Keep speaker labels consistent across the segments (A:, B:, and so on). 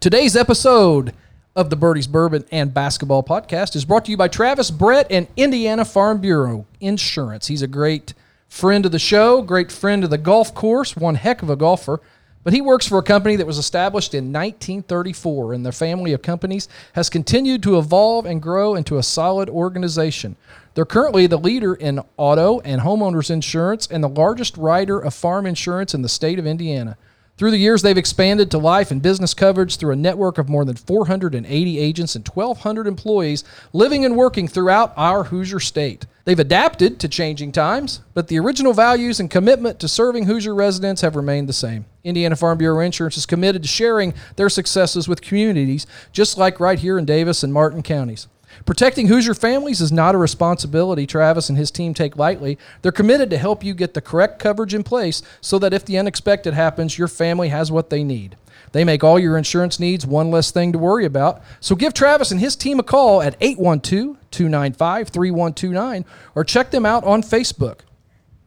A: Today's episode of the Birdies Bourbon and Basketball Podcast is brought to you by Travis Brett and Indiana Farm Bureau Insurance. He's a great friend of the show, great friend of the golf course, one heck of a golfer. But he works for a company that was established in 1934, and their family of companies has continued to evolve and grow into a solid organization. They're currently the leader in auto and homeowners insurance and the largest writer of farm insurance in the state of Indiana. Through the years, they've expanded to life and business coverage through a network of more than 480 agents and 1,200 employees living and working throughout our Hoosier state. They've adapted to changing times, but the original values and commitment to serving Hoosier residents have remained the same. Indiana Farm Bureau Insurance is committed to sharing their successes with communities, just like right here in Davis and Martin counties. Protecting Hoosier families is not a responsibility Travis and his team take lightly. They're committed to help you get the correct coverage in place so that if the unexpected happens, your family has what they need. They make all your insurance needs one less thing to worry about. So give Travis and his team a call at 812 295 3129 or check them out on Facebook.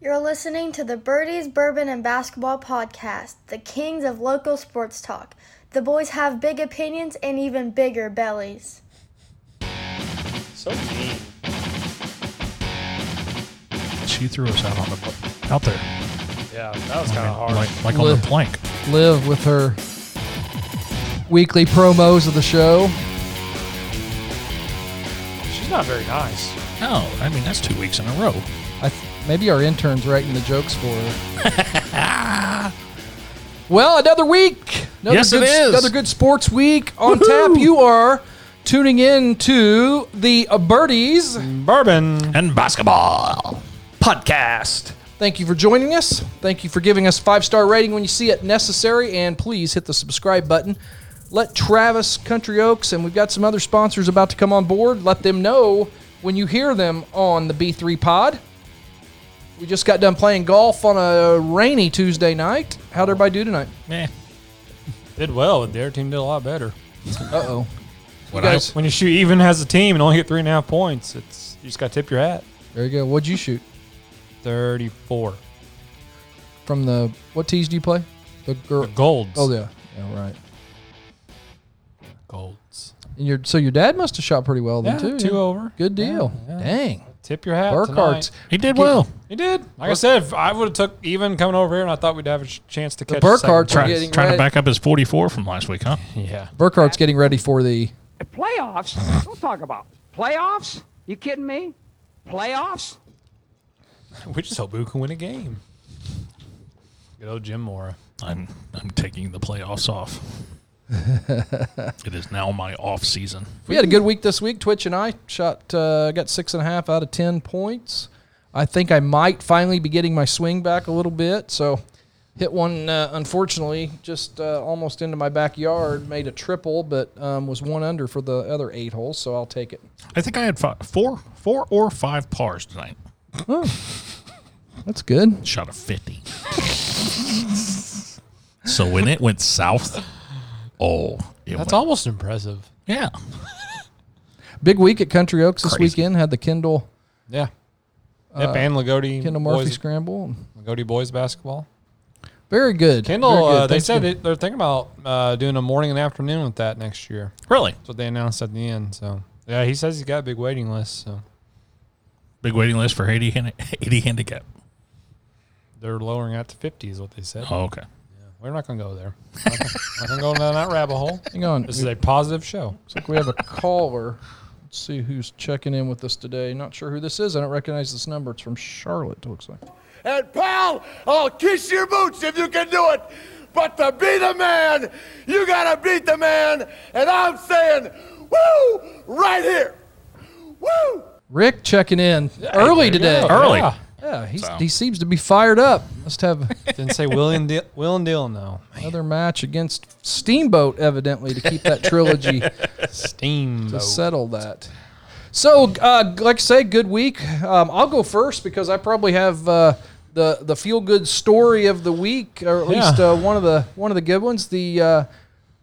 B: You're listening to the Birdies Bourbon and Basketball Podcast, the kings of local sports talk. The boys have big opinions and even bigger bellies.
C: So mean.
D: She threw us out on the pl- out there, uh,
C: Yeah, that was kind of hard.
D: like like on the
A: Look.
D: plank.
A: Live with her weekly promos of the show.
C: She's not very nice.
D: No, I mean that's two weeks in a row.
A: I th- maybe our intern's writing the jokes for her. well, another week. Another
D: Yes, it
A: good,
D: is.
A: Another good sports week on tap. You are tuning in to the uh, Birdies.
C: Bourbon
D: And basketball.
C: podcast.
A: Thank you for joining us. Thank you for giving us five star rating when you see it necessary, and please hit the subscribe button. Let Travis Country Oaks and we've got some other sponsors about to come on board. Let them know when you hear them on the B3 Pod. We just got done playing golf on a rainy Tuesday night. How'd everybody do tonight?
D: Meh.
C: Did well, and their team did a lot better.
A: Uh oh.
D: What
A: guys-
C: When you shoot even as a team and only get three and a half points, it's you just got to tip your hat.
A: There you go. What'd you shoot
C: Thirty-four.
A: from the what tees do you play? The girl.
C: The golds.
A: Oh yeah. Yeah right.
C: golds.
A: And your so your dad must have shot pretty well then
C: Yeah,
A: too.
C: two
A: yeah?
C: over.
A: Good deal.
C: Yeah, yeah.
A: Dang.
C: Tip your hat.
A: Burkhardt's
C: tonight.
D: he did well.
C: He did. Like I said, if I would have took even coming over here, and I thought we'd have a sh- chance to
A: The
C: catch. a second
A: Burkharts are
C: place.
A: getting-
D: Trying
A: Right.
D: to back up his 44 from last week, huh?
C: Yeah.
A: Burkhart's getting ready for the
E: Playoffs? Don't talk about playoffs. You kidding me? Playoffs?
C: We just hope we can win a game. Good old Jim Mora.
D: I'm I'm taking the playoffs off. it is now my off season.
A: We had a good week this week. Twitch and I shot, uh, got six and a half out of ten points. I think I might finally be getting my swing back a little bit. So, hit one uh, unfortunately just uh, almost into my backyard. Made a triple, but um, was one under for the other eight holes. So I'll take it.
D: I think I had five, four four or five pars tonight.
A: That's good.
D: Shot a 50. so when it went south, oh, it
C: That's
D: went-
C: almost impressive.
D: Yeah,
A: Big week at Country Oaks this
D: Crazy.
A: weekend. Had the Kendall
C: Yeah. Uh, Yep, and Lagodi
A: Kendall Murphy
C: boys,
A: scramble.
C: Lagodi boys basketball.
A: Very good. Very
C: Kendall,
A: good.
C: uh, they
A: Thanks
C: said
A: to-
C: it, they're thinking about uh, doing a morning and afternoon with that next year.
D: really.
C: That's what they announced at the end. So yeah, he says he's got a big waiting list. So
D: Big waiting list for 80, hand- 80 handicap.
C: they're lowering out to fifty is what they said.
D: Oh, okay.
C: We're not gonna go there. We're not gonna go down that rabbit hole.
A: Hang on.
C: This is a positive show.
A: Looks like we have a caller. Let's see who's checking in with us today. Not sure who this is. I don't recognize this number. It's from Charlotte, it looks like.
F: And pal, I'll kiss your boots if you can do it. But to be the man, you gotta beat the man. And I'm saying, woo, right here. Woo!
A: Rick checking in early today.
C: Yeah.
D: Early.
A: Oh, Yeah, he's,
D: So.
A: he seems to be fired up. Must have
C: Didn't say Will and Dil- Will and Dylan though.
A: another match against Steamboat, evidently, to keep that trilogy
C: Steam.
A: to settle that. So, uh, like I say, good week. Um, I'll go first because I probably have uh, the the feel good story of the week, or at
C: Yeah.
A: least uh, one of the one of the good ones. The uh,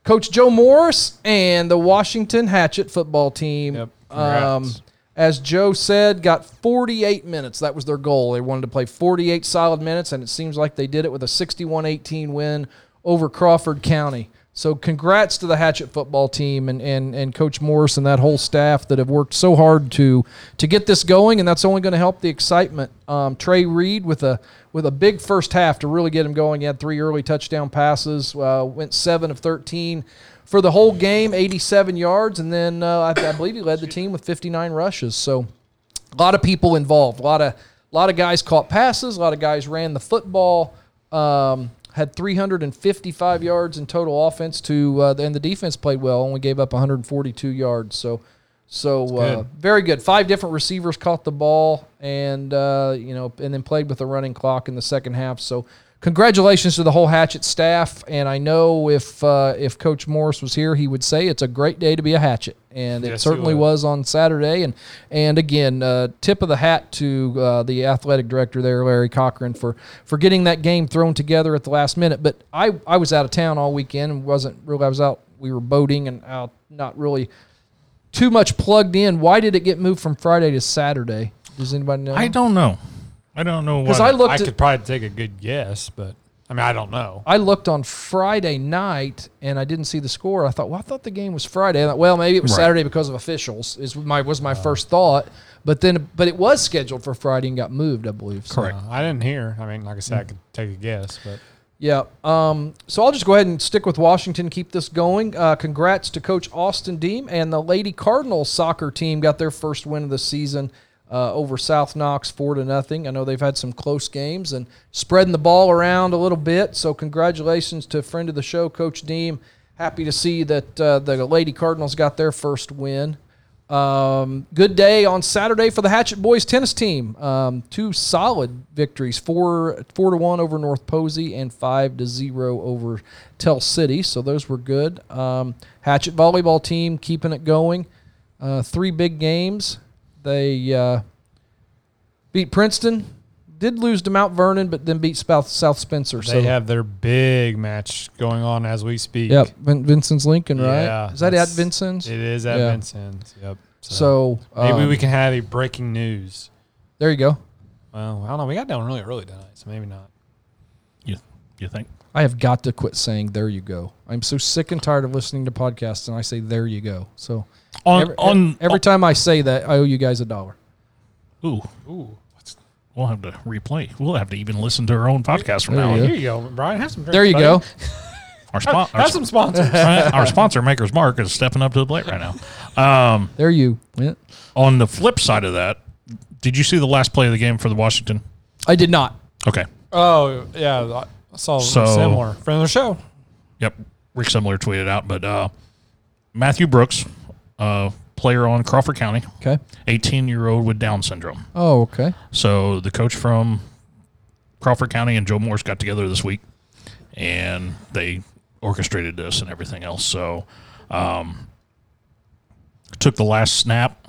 A: Coach Joe Morris and the Washington Hatchet football team.
C: Yep.
A: Um,
C: Congrats.
A: as Joe said, got 48 minutes. That was their goal. They wanted to play 48 solid minutes, and it seems like they did it with a 61 18 win over Crawford County. So congrats to the Hatchet football team and, and, and Coach Morris and that whole staff that have worked so hard to to get this going, and that's only going to help the excitement. Um, Trey Reed with a with a big first half to really get him going. He had three early touchdown passes, uh, went seven of thirteen for the whole game, eighty seven yards, and then uh, I, I believe he led the team with fifty nine rushes. So a lot of people involved. A lot of a lot of guys caught passes. A lot of guys ran the football. Um, had 355 yards in total offense to, uh, and the defense played well. Only gave up 142 yards. So, so uh,
C: good.
A: very good. Five different receivers caught the ball, and uh, you know, and then played with a running clock in the second half. So, congratulations to the whole Hatchet staff. And I know if uh, if Coach Morris was here, he would say it's a great day to be a Hatchet, and it
C: Yes, he
A: certainly
C: would.
A: was was on Saturday, and and again, uh, tip of the hat to uh, the athletic director there, Larry Cochran, for for getting that game thrown together at the last minute. But I I was out of town all weekend and wasn't really I was out we were boating and out not really too much plugged in. Why did it get moved from Friday to Saturday? Does anybody know?
D: I don't know. I don't know why.
A: because I
D: that-
A: looked
C: I
A: at-
C: could probably take a good guess, but I mean, I don't know.
A: I looked on Friday night and I didn't see the score. I thought, well, I thought the game was Friday. I thought, well, maybe it was
D: Right.
A: Saturday because of officials. Is my was my first thought, but then but it was scheduled for Friday and got moved, I believe. So,
D: Correct.
C: Uh, I didn't hear. I mean, like I
A: Mm.
C: said, I could take a guess, but
A: Yeah. Um, so I'll just go ahead and stick with Washington, keep this going. Uh, congrats to Coach Austin Deem and the Lady Cardinals soccer team got their first win of the season uh, over South Knox, four to nothing. I know they've had some close games and spreading the ball around a little bit. So congratulations to friend of the show, Coach Deem. Happy to see that uh, the Lady Cardinals got their first win. Um, good day on Saturday for the Hatchet Boys tennis team. Um, two solid victories: four four to one over North Posey and five to zero over Tell City. So those were good. Um, Hatchet volleyball team keeping it going. Uh, three big games. They uh, beat Princeton. Did lose to Mount Vernon, but then beat South, South Spencer.
C: they
A: so
C: have their big match going on as we speak.
A: yep, Vin- Vincent's Lincoln, right?
C: Yeah,
A: Is that at
C: that's-
A: Vincent's?
C: It is at
A: Yeah.
C: Vincent's. Yep.
A: So
C: maybe
A: um,
C: we can have a breaking news.
A: There you go.
C: Well, I don't know. We got down really early tonight, so maybe not.
D: You, you think?
A: I have got to quit saying "there you go." I'm so sick and tired of listening to podcasts, and I say "there you go." So
D: On
A: every,
D: on oh,
A: every time I say that, I owe you guys a dollar.
D: Ooh,
C: Ooh.
D: we'll have to replay. We'll have to even listen to our own podcast from
A: There
D: now
A: you go.
D: on.
C: Here you go, Brian. Have some drinks.
A: There you
C: buddy.
A: go.
D: Our, spon- our,
C: Have some sponsors.
D: sp- our sponsor, Maker's Mark, is stepping up to the plate right now.
A: There you went.
D: On the flip side of that, did you see the last play of the game for the Washington?
A: I did not.
D: Okay.
C: oh, yeah. I saw
D: So-
C: similar. Friend of the show.
D: Yep. Rick Semler tweeted out, but uh, Matthew Brooks, uh, player on Crawford County,
A: Okay.
D: 18 year old with Down syndrome.
A: Oh, okay.
D: So the coach from Crawford County and Joe Morris got together this week, and they orchestrated this and everything else. So um, took the last snap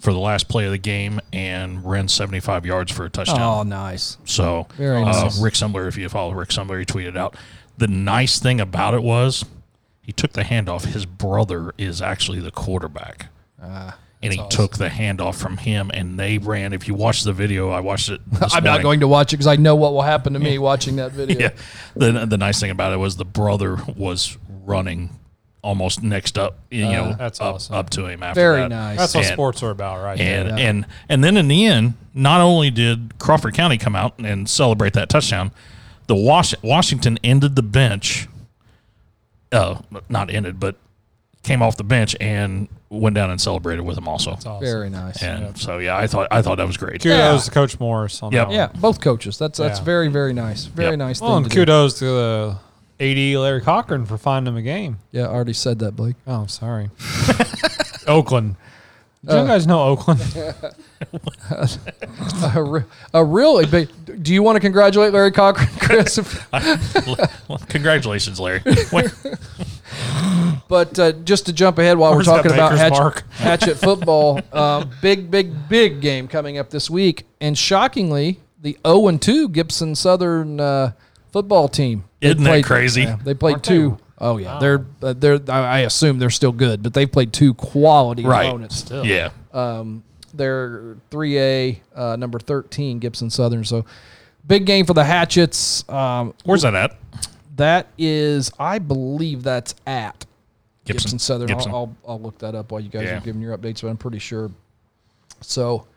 D: for the last play of the game and ran 75 yards for a touchdown.
A: Oh, nice.
D: So
A: Very
D: uh,
A: nice.
D: Rick Sumler, if you follow Rick Sumler, he tweeted out the nice thing about it was he took the handoff. His brother is actually the quarterback.
A: Ah,
D: and he took the handoff from him, and they ran. If you watch the video, I watched it. this
A: I'm not
D: morning.
A: going to watch it because I know what will happen to me watching that video.
D: Yeah. The, the nice thing about it was the brother was running almost next up, you know,
C: that's
D: up,
C: awesome.
D: up to him after
A: Uh, Very
D: that.
A: nice.
C: That's what
D: And-
C: sports are about, right?
D: And
C: there.
D: and and then in the end, not only did Crawford County come out and celebrate that touchdown, the Wash- Washington ended the bench. Uh, not ended, but came off the bench and went down and celebrated with him also.
C: awesome.
A: Very nice. Yeah.
D: And so yeah, I thought I thought that was great.
C: Kudos to Coach Morris on
D: Yep.
C: that. one.
A: both coaches. That's that's
C: Yeah.
A: very very nice. Very
D: Yep.
A: nice. Thing
C: Well, and
A: to do.
C: kudos to the AD Larry Cochran for finding him a game.
A: Yeah, I already said that, Blake.
C: Oh, sorry. Oakland. Do
A: Uh,
C: you guys know Oakland?
A: a, re- a really big. Do you want to congratulate Larry Cochran, Chris?
D: Congratulations, Larry. Wait,
A: But uh, just to jump ahead while
C: Where's
A: we're talking
C: that
A: about
C: Baker's
A: hatchet,
C: mark?
A: hatchet football, uh, big, big, big game coming up this week. And shockingly, the 0 and 2 Gibson Southern uh, football team. They
D: Isn't that crazy?
A: yeah, they played two. Oh yeah, they're uh, they're. I I assume they're still good, but they played two quality
D: Right.
A: opponents.
D: yeah.
A: They're 3A uh, number 13 Gibson Southern. So big game for the Hatchets. Um,
D: Where's that at?
A: That is, I believe that's at Gibson, Southern.
D: Gibson.
A: I'll, I'll, I'll look that up while you guys
D: Yeah.
A: are giving your updates, but I'm pretty sure. So,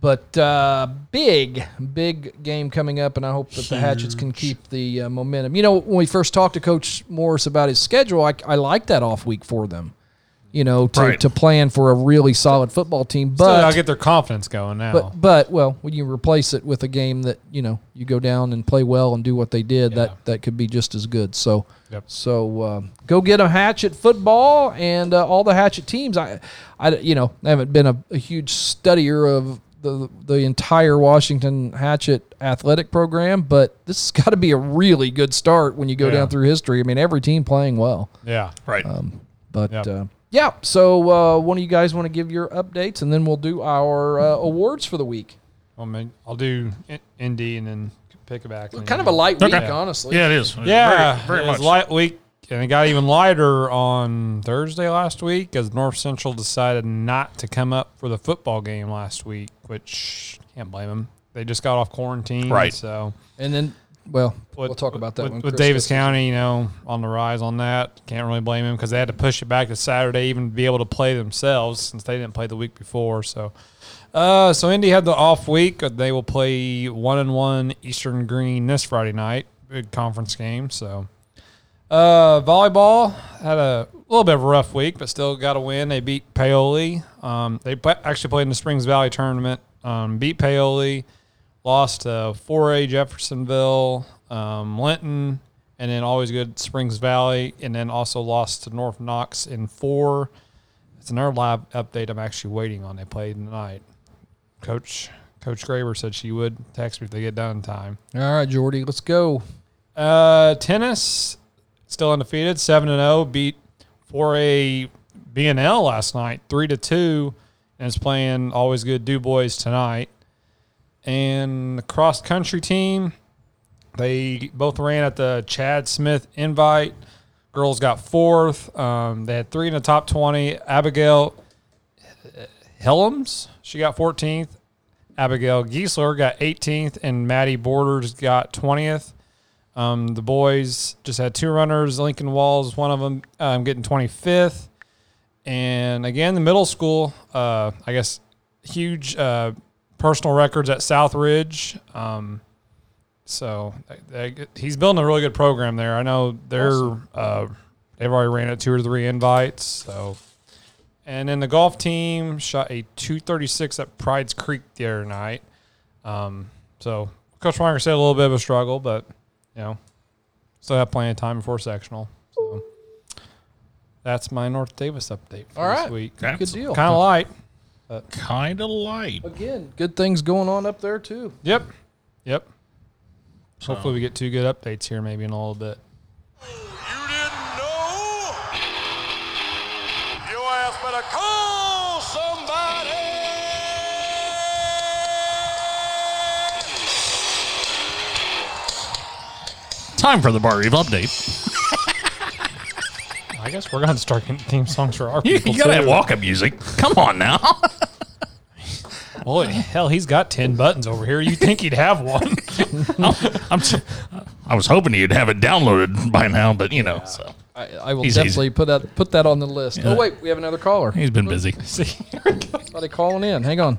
A: but uh, big, big game coming up, and I hope that the Hatchets can keep the uh, momentum. You know, when we first talked to Coach Morris about his schedule, I, I like that off week for them. You know, to,
D: Right.
A: to plan for a really solid football team,
C: So I'll
A: but
C: get their confidence going now.
A: but but well, when you replace it with a game that you know you go down and play well and do what they did,
C: Yeah.
A: that that could be just as good. So
C: Yep.
A: so um, go get a hatchet football and uh, all the hatchet teams. I I you know I haven't been a, a huge studier of the the entire Washington hatchet athletic program, but this has got to be a really good start when you go
C: Yeah.
A: down through history. I mean, every team playing well,
C: yeah.
D: Right.
A: but.
C: Yep.
A: Uh, yeah, so uh, one of you guys want to give your updates, and then we'll do our uh, awards for the week.
C: Well, man, I'll do in- Indy and then pick it back. and
A: kind
C: then-
A: of a light week,
D: Okay.
A: honestly.
D: yeah, it is.
C: Yeah,
D: Very, very
C: it
D: much.
C: was light week, and it got even lighter on Thursday last week as North Central decided not to come up for the football game last week, which can't blame them. They just got off quarantine,
D: Right.
C: So
A: And then, well,
C: with-
A: we'll talk about that
C: with,
A: when
C: with
A: Chris
C: Davis
A: gets here.
C: County, you know, on the rise on that. Can't really blame him because they had to push it back to Saturday even to be able to play themselves since they didn't play the week before. So, uh, so Indy had the off week. Uh, They will play one and one Eastern Green this Friday night, big conference game. So, uh, volleyball had a little bit of a rough week, but still got a win. They beat Paoli. Um, they pla actually played in the Springs Valley tournament. Um, beat Paoli lost to 4A Jeffersonville, um, Linton, and then always good Springs Valley, and then also lost to North Knox in four. It's another live update I'm actually waiting on. They played tonight. Coach Coach Graber said she would text me if they get done in time.
A: All right, Jordy, let's go.
C: Uh, tennis still undefeated, seven and zero. Beat four A BNL last night, three to two, and is playing always good Du Bois tonight. And the cross country team, they both ran at the Chad Smith Invite. Girls got fourth. Um, they had three in the top twenty. Abigail uh, Helms, she got fourteenth. Abigail Giesler got 18th, and Maddie Borders got 20th. Um, the boys just had two runners. Lincoln Walls, one of them, um, getting 25th. And again, the middle school, uh, I guess, huge uh, personal records at South Ridge. Um, so they, they- he's building a really good program there. I know they're uh, they've already ran out two or three invites. So, and then the golf team shot a 236 at Pride's Creek the other night. Um, so Coach Weiner said a little bit of a struggle, but you know, still have plenty of time before sectional. So that's my North Davis update for
A: All
C: this
A: right.
C: week.
D: Okay.
C: Kind
A: Good deal.
C: of light.
D: Kind of light.
A: Again, good things going on up there too.
C: Yep. Yep. Hopefully we get two good updates here maybe in a little bit.
F: You didn't know? Your ass better call somebody!
D: Time for the Bar Eve update.
C: I guess we're gonna start getting theme songs for our
D: You,
C: people.
D: you gotta
C: too.
D: have walk up music. Come on now.
C: Boy, hell, he's got ten buttons over here. You think he'd have one?
D: I'm t- I was hoping you'd have it downloaded by now, but you know, so
A: I, I will
D: He's
A: definitely
D: easy.
A: put that put that on the list. Oh wait, we have another caller.
D: he's been busy.
A: Somebody calling in. Hang on.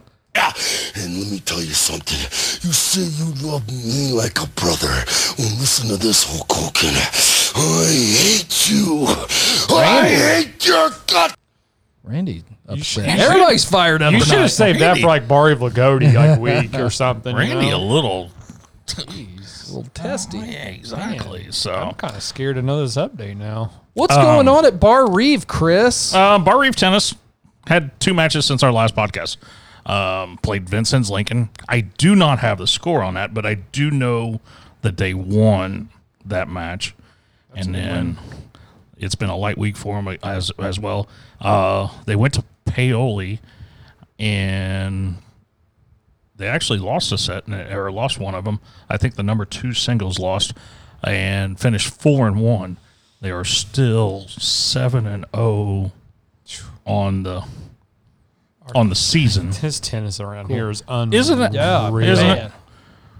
G: And let me tell you something. You say you love me like a brother. Well, listen to this, Hulk Hogan. I hate you. I hate your gut.
A: Randy, upset. Everybody's fired up.
C: You should
A: tonight.
C: have saved that for like Barry Lagodi like week or something. you
D: Randy, a
C: know?
D: little.
A: a little testy.
D: Yeah, exactly.
C: I'm
D: So,
C: kind of scared to know this update now.
A: What's going on at Bar Reeve, Chris?
D: um, Bar Reef Tennis had two matches since our last podcast. Um, played Vincent's Lincoln. I do not have the score on that, but I do know that they won that match. and then it's been a light week for them as as well. Uh, they went to Paoli, and they actually lost a set and- or lost one of them. I think the number two singles lost and finished four and one. They are still seven and zero on the on the season.
C: His tennis around here is unreal.
D: Isn't it?
A: Yeah,
C: Really?
D: Isn't
A: man.
D: it?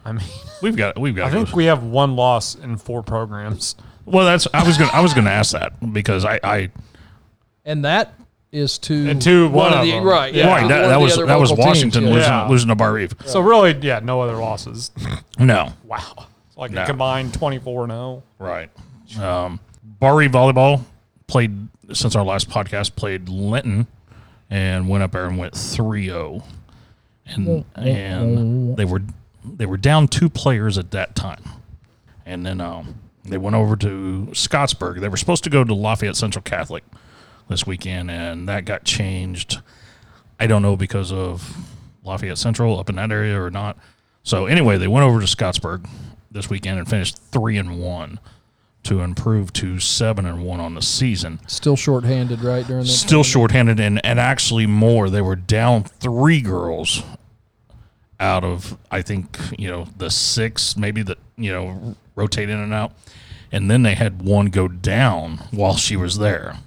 C: I mean,
D: We've got we've got.
C: I
D: those.
C: think we have one loss in four programs.
D: well, that's I was gonna I was gonna ask that because I I
A: and that is to
C: And to one of
A: the
C: them.
A: right.
C: Yeah.
D: right
A: to
D: that,
A: one of
D: that
A: the
D: was
A: other
D: that was
A: local teams,
D: Washington
A: yeah.
D: losing
C: Yeah.
D: losing to Bar Eve.
C: So really, yeah, no other losses.
D: No,
C: wow, it's like
D: No.
C: a combined twenty-four and oh. zero.
D: Right. Um, Barry volleyball played since our last podcast played Linton and went up there and went 3-0. And and they were they were down two players at that time. And then um, they went over to Scottsburg. They were supposed to go to Lafayette Central Catholic this weekend and that got changed. I don't know because of Lafayette Central up in that area or not. So anyway, they went over to Scottsburg this weekend and finished three and one to improve to seven and one on the season.
A: Still shorthanded, right? During that.
D: Still shorthanded and, and actually more. They were down three girls out of I think, you know, the six maybe that, you know, rotate in and out. And then they had one go down while she was there.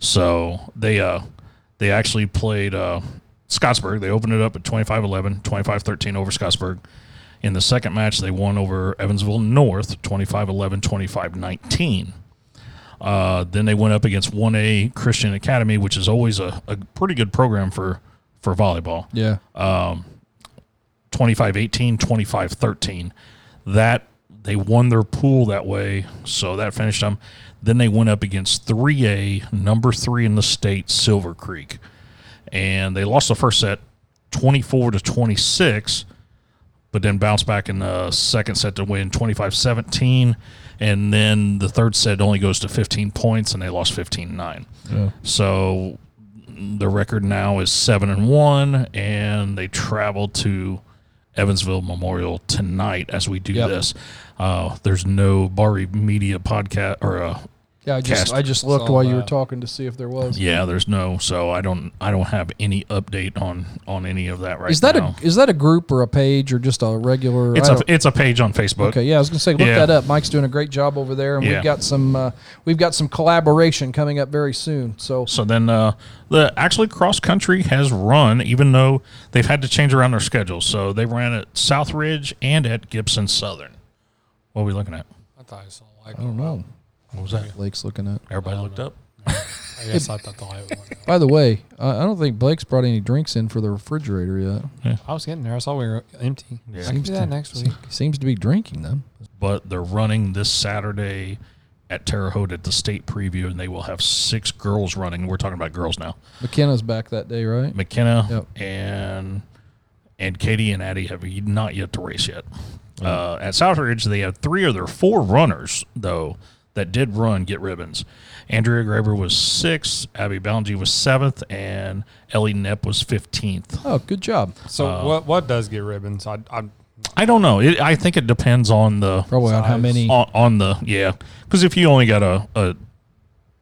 D: So they uh they actually played uh Scottsburg. They opened it up at 25-11, 25-13 over Scottsburg. In the second match, they won over Evansville North 25-11, 25-19. Uh, then they went up against 1A Christian Academy, which is always a, a pretty good program for for volleyball.
A: Yeah.
D: Uh, 25-18, 25-13. That they won their pool that way, so that finished them. Then they went up against 3A, number 3 in the state, Silver Creek. And they lost the first set 24 to 26, but then bounced back in the second set to win 25-17, and then the third set only goes to 15 points and they lost 15-9. So the record now is seven and one, and they travel to Evansville Memorial tonight as we do
A: Yep.
D: this. Uh, there's no Bari Media podcast or uh,
A: yeah. I just
D: cast.
A: I just looked
C: Saw
A: while you were
C: that.
A: talking to see if there was.
D: yeah, there's no. So I don't I don't have any update on on any of that right
A: Is that
D: now.
A: a is that a group or a page or just a regular?
D: it's
A: I
D: a
A: don't-
D: it's a page on Facebook.
A: Okay, yeah, I was gonna say look
D: Yeah.
A: that up. Mike's doing a great job over there, and
D: Yeah.
A: we've got some uh, we've got some collaboration coming up very soon. So
D: So then uh, the actually cross country has run, even though they've had to change around their schedule. So they ran at South Ridge and at Gibson Southern. What are we looking at?
C: I thought I saw like.
A: I don't know.
D: What was that?
A: Blake's looking at.
D: Everybody looked up.
C: I guess I thought I was.
A: By the way, I, I don't think Blake's brought any drinks in for the refrigerator yet.
C: I was getting there. I saw we were empty. I can do that next week.
A: He seems to be drinking them.
D: but they're running this Saturday at Terre Haute at the state preview, and they will have six girls running. We're talking about girls now.
A: McKenna's back that day, right?
D: McKenna
A: Yep.
D: and and Katie and Addie have not yet to race yet. Uh, at Southridge, they have three of their four runners though that did run get ribbons. Andrea Graber was sixth, Abby Ballingy was seventh, and Ellie Nepp was fifteenth.
A: Oh, good job.
C: So
D: Uh,
C: what what does get ribbons? I, I
D: I don't know. It, I think it depends on the
A: Probably on how
C: Size.
A: many.
D: on, on the yeah because if you only got a, a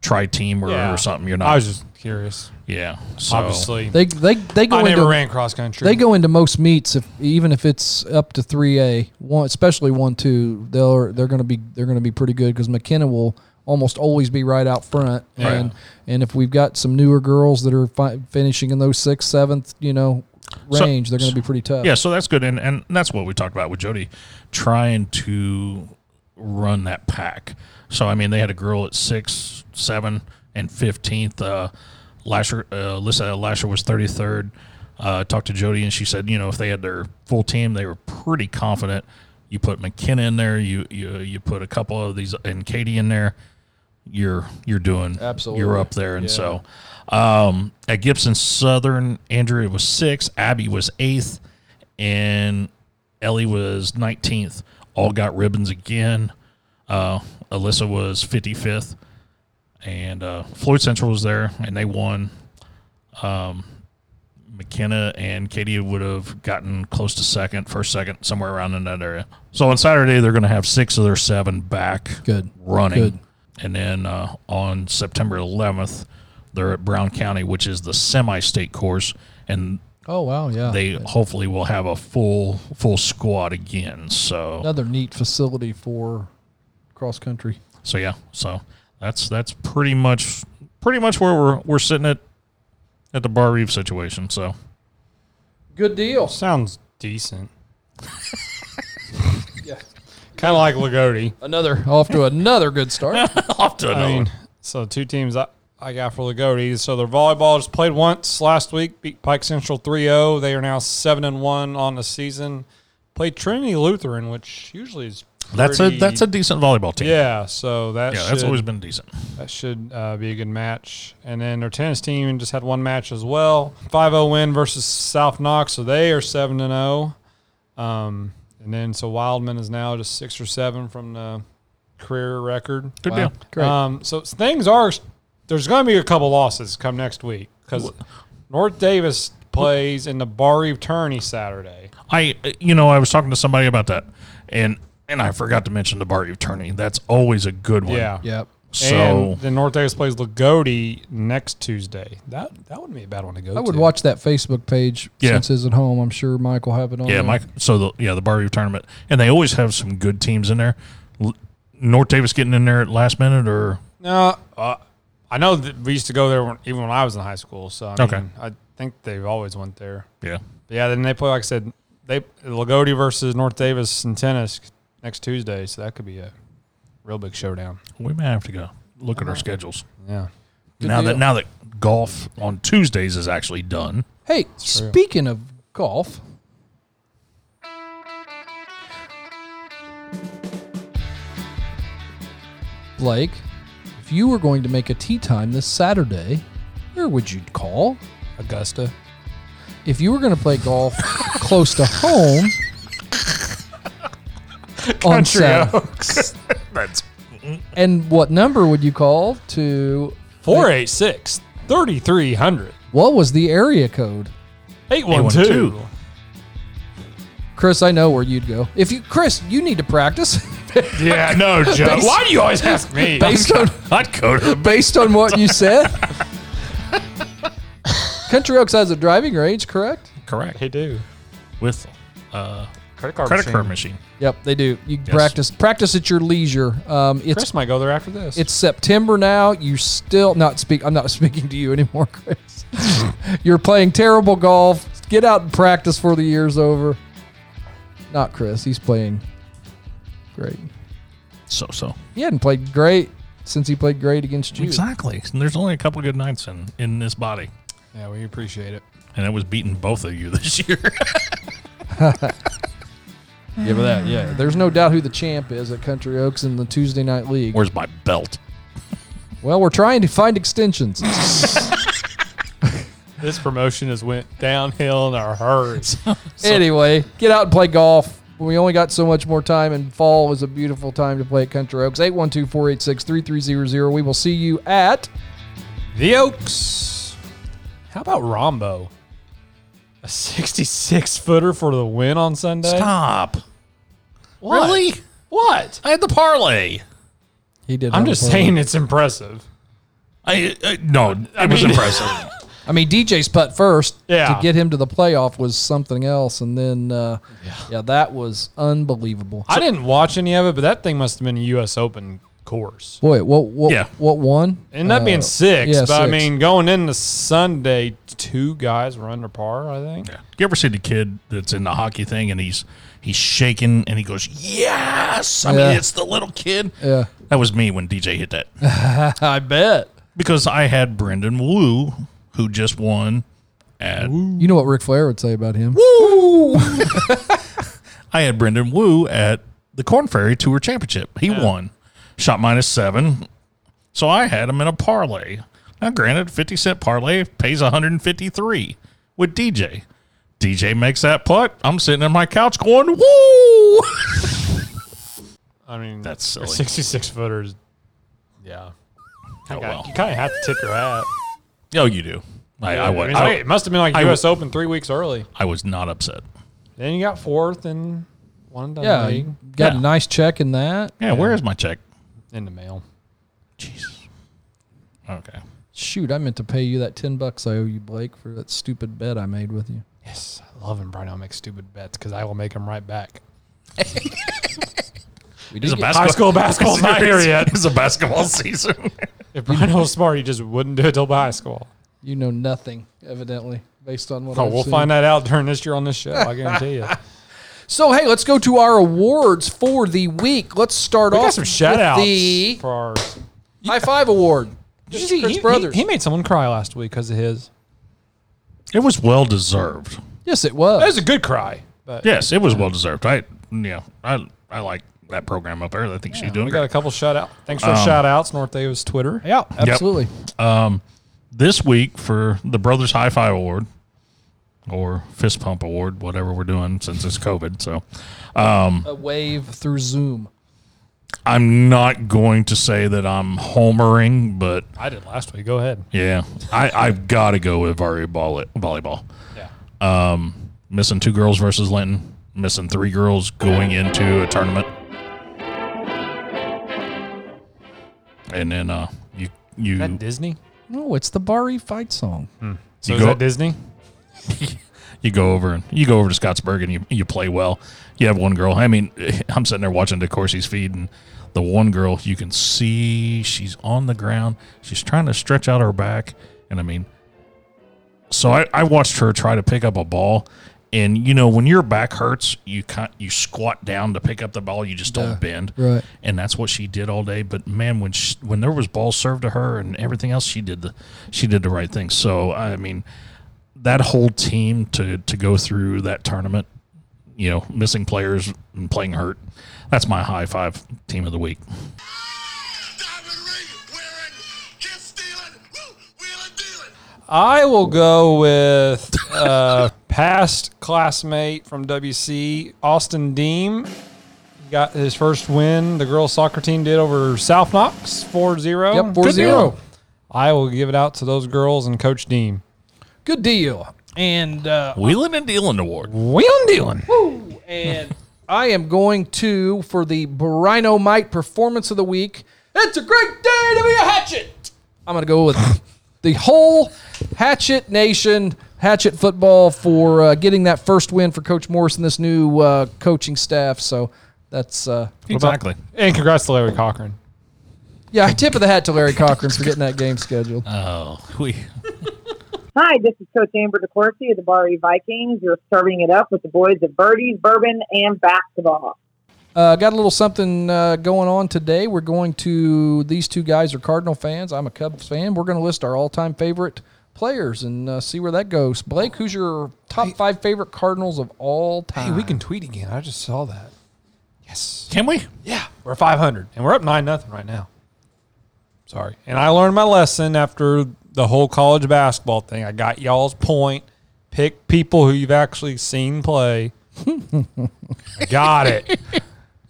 D: tri team or,
C: Yeah.
D: or something you're not
C: I was just curious.
D: yeah so
C: Obviously,
A: They they they go
C: I
A: into
C: never ran cross country.
A: they go into most meets if even if it's up to three A one especially one two they'll they're gonna be they're gonna be pretty good because McKenna will almost always be right out front and and if we've got some newer girls that are fi- finishing in those sixth seventh you know
D: So-
A: range they're gonna be pretty tough
D: yeah so that's good and and that's what we talked about with Jody trying to run that pack so I mean they had a girl at six seven and fifteenth uh, Lasher uh, Alyssa Lasher was thirty third uh, talked to Jody and she said you know if they had their full team they were pretty confident you put McKenna in there you you you put a couple of these and Katie in there you're you're doing
A: Absolutely.
D: you're up there and so um at gibson southern andrea was sixth abby was eighth and ellie was 19th all got ribbons again uh alyssa was 55th and uh floyd central was there and they won um McKenna and Katie would have gotten close to second, first, second, somewhere around in that area. So on Saturday, they're going to have six of their seven back
A: Good.
D: running.
A: Good.
D: And then uh, on September 11th, they're at Brown County, which is the semi-state course, and
A: oh wow yeah
D: they hopefully will have a full full squad again. So
A: another neat facility for cross country
D: so yeah, so that's that's pretty much pretty much where we're we're sitting at at the Bar Reef situation. So
A: good deal
C: sounds decent. Kind of like Lagodi.
A: Another off to another good start.
D: Off to another
C: I mean,
D: one.
C: so two teams I, I got for Lagodi. So their volleyball just played once last week, beat Pike Central 3-0. They are now 7 and 1 on the season. Played Trinity Lutheran, which usually is
D: That's a
C: pretty-
D: that's a decent volleyball team.
C: yeah. So that
D: yeah,
C: should,
D: that's always been decent.
C: that should uh, be a good match. And then their tennis team just had one match as well, 5-0 win versus South Knox. So they are 7 and 0. Um, and then so Wildman is now just six or seven from the career record.
D: Good deal.
A: Great.
C: Um, so things are. There's going to be a couple losses come next week because North Davis plays in the Bar Eve tourney Saturday.
D: I you know I was talking to somebody about that, and and I forgot to mention the bar attorney. That's always a good one.
C: Yeah.
A: yep.
D: So
C: and then North Davis plays Lagodi next Tuesday. That that wouldn't be a bad one to go.
A: I would
C: to.
A: watch that Facebook page
D: Yeah.
A: since it's at home. I'm sure Mike will have it on.
D: yeah,
A: there.
D: Mike. So the yeah the bar tournament, and they always have some good teams in there. L- North Davis getting in there at last minute, or
C: No, uh, I know that we used to go there when, even when I was in high school. So I mean,
D: Okay.
C: I think they've always went there.
D: yeah,
C: But yeah. Then they play like I said, they Lagodi versus North Davis in tennis next Tuesday. So that could be a real big showdown.
D: we may have to go look at
C: Uh-huh.
D: our schedules
C: Yeah.
D: now that
A: deal.
D: now that golf on Tuesdays is actually done.
A: Hey, speaking of golf, Blake, if you were going to make a tea time this Saturday, where would you call?
C: Augusta.
A: If you were going to play golf close to home on Saturday,
D: That's
A: and what number would you call to?
C: 486 3300
A: What was the area code?
C: 812.
A: Chris, I know where you'd go. If you, Chris, you need to practice
D: yeah, no, Joe. Why do you always ask me?
A: based on
D: I'd go to the
A: based on what you said. Country Oaks has a driving range, correct?
D: correct
C: They do.
D: with
C: Credit card.
D: credit card machine.
A: Yep, they do. You practice practice at your leisure. Um, it's
C: Chris might go there after this.
A: it's September now. You still not speak. I'm not speaking to you anymore, Chris. You're playing terrible golf. Get out and practice before the year's over. Not Chris. He's playing great.
D: So so.
A: He hadn't played great since he played great against you.
D: Exactly. And there's only a couple good nights in, in this body.
C: yeah, we appreciate it.
D: And it was beating both of you this year.
A: Yeah, but that. Yeah, there's no doubt who the champ is at Country Oaks in the Tuesday night league.
D: Where's my belt?
A: Well, we're trying to find extensions.
C: This promotion has went downhill in our hurry.
A: anyway, get out and play golf. We only got so much more time, and fall is a beautiful time to play at Country Oaks. 812 486 3300. We will see you at.
C: the Oaks. How about Rombo? A 66 footer for the win on Sunday?
D: Stop.
C: What?
D: Really?
C: What?
D: I had the parlay.
A: He did.
C: I'm
A: have a
C: just
A: point.
C: saying it's impressive.
D: I, I no, it was
C: mean-
D: impressive.
A: I mean, DJ's putt first
C: Yeah.
A: to get him to the playoff was something else, and then uh, yeah. that was unbelievable.
C: I didn't watch any of it, but that thing must have been a U.S. Open course.
A: Boy, what what
D: Yeah.
A: what won?
C: Ended up being
A: Uh,
C: six,
A: yeah,
C: but I
A: six.
C: mean, going into Sunday, two guys were under par. I think.
D: You ever see the kid that's in the hockey thing and he's he's shaking and he goes, Yes. I
A: Yeah.
D: mean it's the little kid.
A: Yeah.
D: That was me when DJ hit that.
A: I bet.
D: Because I had Brendan Wu, who just won at
A: You know what Ric Flair would say about him?
D: I had Brendan Wu at the Corn Ferry Tour Championship. He won. Shot minus seven. So I had him in a parlay. Now, granted, 50 cent parlay pays 153 with DJ. DJ makes that putt. I'm sitting on my couch going, woo!
C: I mean,
D: That's silly.
C: sixty-six footers. Yeah,
D: Oh, well.
C: you kind of have to tip your hat.
D: Oh, you do. I, I,
C: I
D: was,
C: mean, like,
D: I,
C: it must have been like
D: I
C: U.S. Open three weeks early.
D: I was not upset.
C: Then you got fourth and one and done
A: Yeah,
C: league
A: you got
D: Yeah.
A: a nice check in that.
D: Yeah, where is my check?
C: in the mail.
D: Jeez. Okay.
A: Shoot, I meant to pay you that ten bucks I owe you, Blake, for that stupid bet I made with you.
C: Yes, I love him. Brian, I'll make stupid bets because I will make them right back.
A: We
D: Is
A: did
D: a
A: get-
D: basketball,
C: school basketball's not here yet.
D: It's a basketball season.
C: If Brian was smart, he just wouldn't do it till high school.
A: You know nothing, evidently, based on what
C: Oh,
A: I've
C: we'll
A: seen.
C: find that out during this year on this show. I guarantee you.
A: So hey, let's go to our awards for the week. Let's start
C: We
A: off
C: got some shout outs
A: with the
C: for ours.
A: high five award. Just
C: He-
A: Chris
C: he,
A: Brothers.
C: He, made someone cry last week because of his.
D: It was well deserved.
A: yes, it
C: That was
A: was.
C: a good cry. But
D: Yes, it was well deserved. I yeah, I I like that program up there. I think she's doing
C: we got
D: great.
C: a couple shout out. Thanks
D: Um,
C: for shout outs, North Davis Twitter.
A: Yeah, absolutely.
D: this week for the Brothers Hi Fi Award or Fist Pump Award, whatever we're doing since it's COVID. So
A: A wave through Zoom.
D: I'm not going to say that I'm homering, but
C: I did last week. Go ahead.
D: yeah, I, I've got to go with Vari volley, volleyball. Um,
C: Yeah.
D: Missing two girls versus Linton, missing three girls going into a tournament. And then uh, you you
C: That Disney.
A: No, Oh, it's the Bari fight song.
C: So
D: You
C: is
D: go-
C: that Disney?
D: you go over and you go over to Scottsburg and you, you play well. You have one girl. I mean, I'm sitting there watching DeCourcy's feed and the one girl you can see she's on the ground. She's trying to stretch out her back. And I mean, so I, I watched her try to pick up a ball. And you know, when your back hurts, you can you squat down to pick up the ball. You just don't bend.
A: right.
D: And that's what she did all day. But man, when she, when there was balls served to her and everything else, she did the she did the right thing. So I mean, that whole team to to go through that tournament, you know, missing players and playing hurt. That's my high five team of the week.
G: Diamond ring wearing, gift stealing, woo, wheeling, dealing.
C: I will go with uh, past classmate from WC, Austin Deem. He got his first win. The girls' soccer team did over South Knox 4 0.
A: Yep, 4-0.
C: I will give it out to those girls and Coach Deem.
A: Good deal. And uh,
D: Wheeling and dealing award.
C: Wheeling dealing.
A: and I am going to for the Brinomite performance of the week. It's a great day to be a hatchet. I'm going to go with the whole Hatchet Nation, Hatchet Football for uh, getting that first win for Coach Morris and this new uh, coaching staff. So that's uh,
D: Exactly.
C: And congrats to Larry Cochran.
A: yeah, tip of the hat to Larry Cochran for getting that game scheduled.
D: Oh, we
H: Hi, this is Coach Amber DeCourcy of the Bari Vikings. You're starting it up with the boys of birdies, bourbon, and basketball.
A: Uh, got a little something uh, going on today. We're going to these two guys are Cardinal fans. I'm a Cubs fan. We're going to list our all-time favorite players and uh, see where that goes. Blake, who's your top five favorite Cardinals of all time?
C: tweet again. I just saw that. Yes.
D: can we?
C: Yeah. We're 500, and we're up 9 nothing right now. Sorry. And I learned my lesson after the whole college basketball thing. I got y'all's point. Pick people who you've actually seen play. I got it.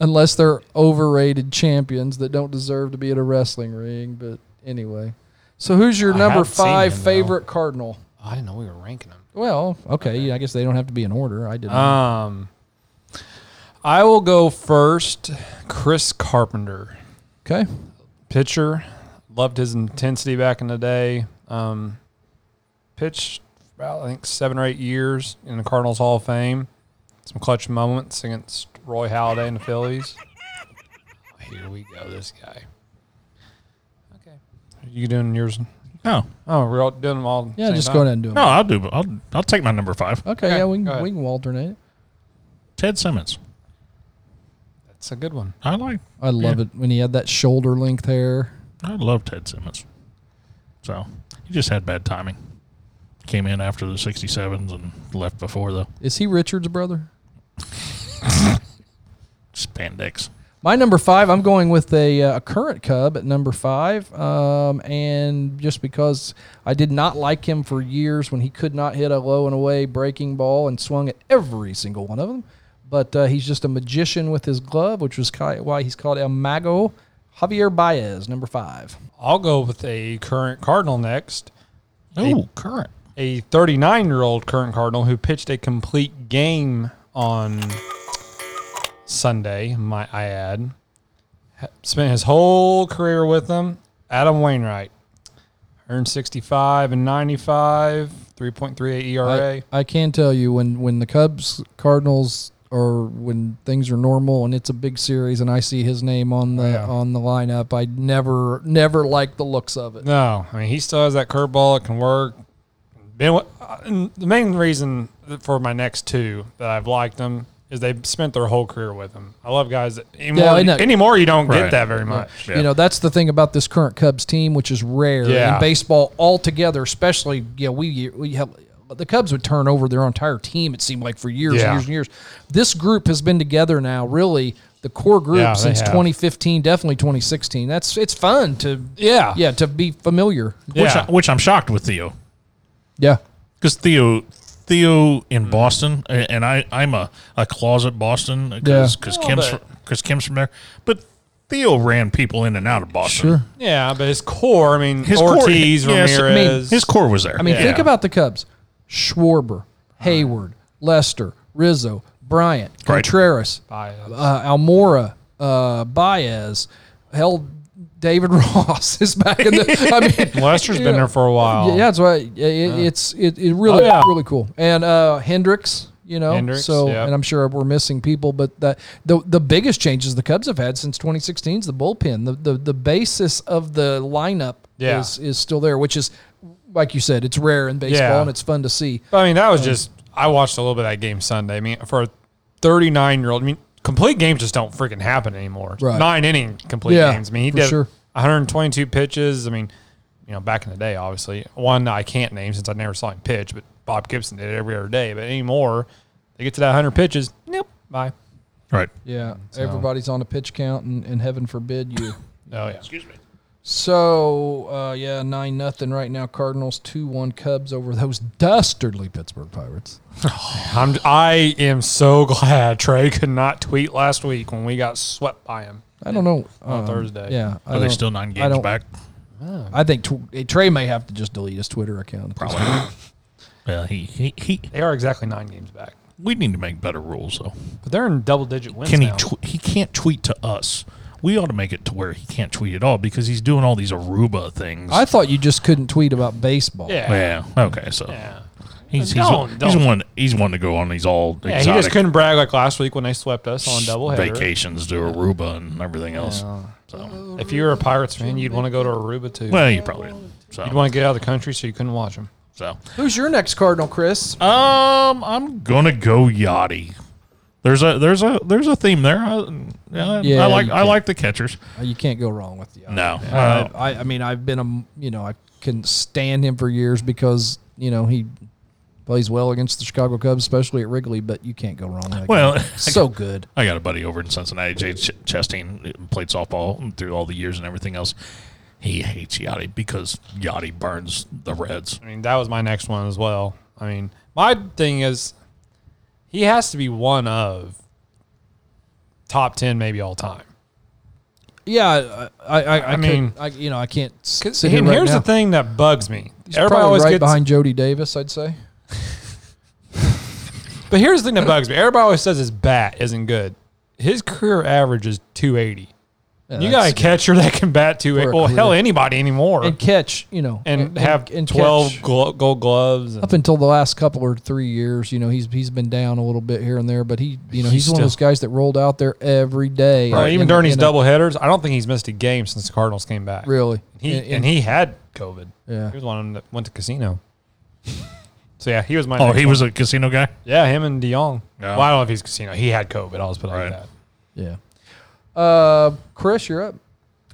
A: unless they're overrated champions that don't deserve to be at a wrestling ring. But anyway, so who's your
C: I
A: number
C: haven't seen
A: five
C: him, though.
A: favorite Cardinal?
C: I didn't know we were ranking them.
A: Well, okay, yeah, I guess they don't have to be in order. I didn't.
C: Um, I will go first. Chris Carpenter.
A: okay,
C: pitcher. Loved his intensity back in the day. Um, pitched about I think seven or eight years in the Cardinals Hall of Fame. Some clutch moments against Roy Halladay and the Phillies. Here we go, this guy. Okay, Are you doing yours?
D: No,
C: Oh, we're all doing them all. at the
A: yeah,
C: same
A: just
C: time?
A: go ahead and do them.
D: no, I'll do. I'll I'll take my number five.
A: Okay, yeah, we
C: go
A: can,
C: ahead.
A: we can alternate. it.
D: Ted Simmons.
C: That's a good one.
D: I like.
A: I love it when he had that shoulder length hair.
D: I love Ted Simmons. So he just had bad timing. Came in after the '67s and left before the
A: Is he Richard's brother?
D: spandex.
A: My number five, I'm going with a, uh, a current Cub at number five. Um, and just because I did not like him for years when he could not hit a low and away breaking ball and swung at every single one of them, but uh, he's just a magician with his glove, which was ki- why he's called El Mago. Javier Baez, number five.
C: I'll go with a current Cardinal next.
D: Oh, current.
C: a 39 year old current Cardinal who pitched a complete game on Sunday, might I add. Ha- Spent his whole career with them. Adam Wainwright earned 65 and 95, 3.38 ERA.
A: I, I can tell you when when the Cubs Cardinals or when things are normal and it's a big series and I see his name on the
C: Oh, Yeah.
A: on the lineup, I never never like the looks of it.
C: no, I mean, he still has that curveball. It can work. Been, wa- uh, and the main reason that- for my next two that I've liked him is they've spent their whole career with him. I love guys that anymore,
A: I know.
C: anymore you don't
D: Right.
C: get that very much.
D: Yeah.
A: You know, that's the thing about this current Cubs team, which is rare
C: Yeah.
A: in baseball altogether. Especially, yeah, we we have the Cubs would turn over their entire team. It seemed like for years
C: Yeah.
A: and years and years. This group has been together now, really the core group
C: Yeah, they
A: since
C: have.
A: 2015, definitely 2016. That's it's fun to
C: Yeah.
A: yeah to be familiar.
D: Which,
C: Yeah.
D: I, which I'm shocked with Theo.
A: Yeah,
D: because Theo Theo in
C: Mm.
D: Boston, a- and I I'm a, a closet Boston because
A: Yeah.
D: Kim's because Kim's from there, but Theo ran people in and out of Boston.
A: Sure.
C: Yeah, but his core, I mean,
D: His core-
C: Ortiz,
D: yes, I mean,
C: Ramirez.
D: His core was there.
A: I mean, think about the Cubs: Schwarber, Hayward, Lester, Rizzo, Bryant,
D: Right.
A: Contreras,
C: Baez.
A: uh, Almora, uh, Baez, hell, David Ross is back in the. I mean,
C: Lester's
A: Yeah.
C: been there for a while.
A: yeah, that's why it, it, it's it, it really
C: Oh, yeah.
A: really cool. And uh, Hendricks, you know,
C: Hendricks,
A: so
C: yep.
A: and I'm sure we're missing people, but that the the biggest changes the Cubs have had since 2016 is the bullpen. The the, the basis of the lineup
C: Yeah.
A: is is still there, which is like you said, it's rare in baseball
C: Yeah.
A: and it's fun to see.
C: But I mean, that was just I watched a little bit of that game Sunday. I mean, for a 39 year old, I mean, complete games just don't freaking happen anymore.
A: Right.
C: Nine inning complete
A: Yeah,
C: games. I mean, he
A: for
C: did
A: sure.
C: 122 pitches. I mean, you know, back in the day, obviously one I can't name since I never saw him pitch, but Bob Gibson did it every other day. But anymore, they get to that 100 pitches. Nope, bye.
D: right?
A: Yeah, everybody's on a pitch count, and, and heaven forbid you.
C: Oh yeah,
D: Excuse me.
A: so uh, yeah, nine nothing right now. Cardinals two one Cubs over those dastardly Pittsburgh Pirates.
C: I'm I am so glad Trey could not tweet last week when we got swept by him.
A: I don't know
C: On
A: um,
C: Thursday.
A: Yeah, I
D: Are they
A: don't-
D: still nine
A: I
D: games
A: don't-
D: back?
A: I think tw- eh, Trey may have to just delete his Twitter account. Probably.
D: Well, he, he, he
C: They are exactly nine games back,
D: we need to make better rules though.
C: but they're in double digit wins.
D: Can he
C: now.
D: tw- he can't tweet to us. We ought to make it to where he can't tweet at all because he's doing all these Aruba things.
A: I thought you just couldn't tweet about baseball.
C: Yeah.
D: yeah. Okay. So
C: Yeah.
D: he's he's,
C: Don't-
D: he's
C: don't.
D: one he's one to go on these all
C: Yeah,
D: exotic
C: he just couldn't brag like last week when they swept us on doubleheader.
D: vacations to Aruba and everything else. So,
C: If you were a Pirates fan, you'd want to go to Aruba too.
D: well, you probably so.
C: You'd want to get out of the country so you couldn't watch them.
D: so.
A: Who's your next Cardinal, Chris?
D: Um, I'm gonna go Yachty. There's a there's a there's a theme there. I, yeah,
A: Yeah,
D: I like
A: you
D: I
A: can.
D: like the catchers.
A: You can't go wrong with you.
D: No,
A: I,
D: uh,
A: I, I mean, I've been a you know I couldn't stand him for years because you know he plays well against the Chicago Cubs, especially at Wrigley. But you can't go wrong. With that
D: Well,
A: guy.
D: I
A: so good.
D: I got a buddy over in Cincinnati, Jay Ch- Chastain, played softball through all the years and everything else. He hates Yachty because Yachty burns the Reds.
C: I mean, that was my next one as well. I mean, my thing is he has to be one of top 10 maybe all time.
A: Yeah, I, I, I, I,
C: mean-
A: mean, I, you know, I can't s-
C: Cause,
A: sit here
C: and
A: right
C: here's
A: now.
C: the thing that bugs me.
A: He's
C: Everybody
A: probably
C: always
A: right
C: gets
A: behind Jody Davis, I'd say.
C: But here's the thing that bugs me. Everybody always says his bat isn't good. His career average is 280.
A: Yeah,
C: you got a
A: that's-
C: catcher that can bat
A: For
C: 280.
A: a
C: Well, hell,
A: career.
C: anybody anymore.
A: and
C: And,
A: catch, you know,
C: have
A: and
C: 12
A: catch.
C: glo- gold gloves. And,
A: up until the last couple or three years, you know, he's he's been down a little bit here and there, but he, you know, he's,
C: He's
A: one of those
C: still-
A: guys that rolled out there every day.
C: Well,
A: in-
C: even during
A: in
C: his
A: a-
C: double headers, I don't think he's missed a game since the Cardinals came back.
A: Really?
C: He
A: In- in-
C: and he had COVID.
A: Yeah.
C: He was one of them that went to casino. so yeah, he was my.
D: Oh,
C: next
D: he
C: one.
D: was a casino guy.
C: Yeah, him and De Jong.
D: Yeah.
C: Well, I don't know if he's casino. He had COVID. I'll just put it
D: Right.
C: like that.
A: Yeah. Uh, Chris, you're up.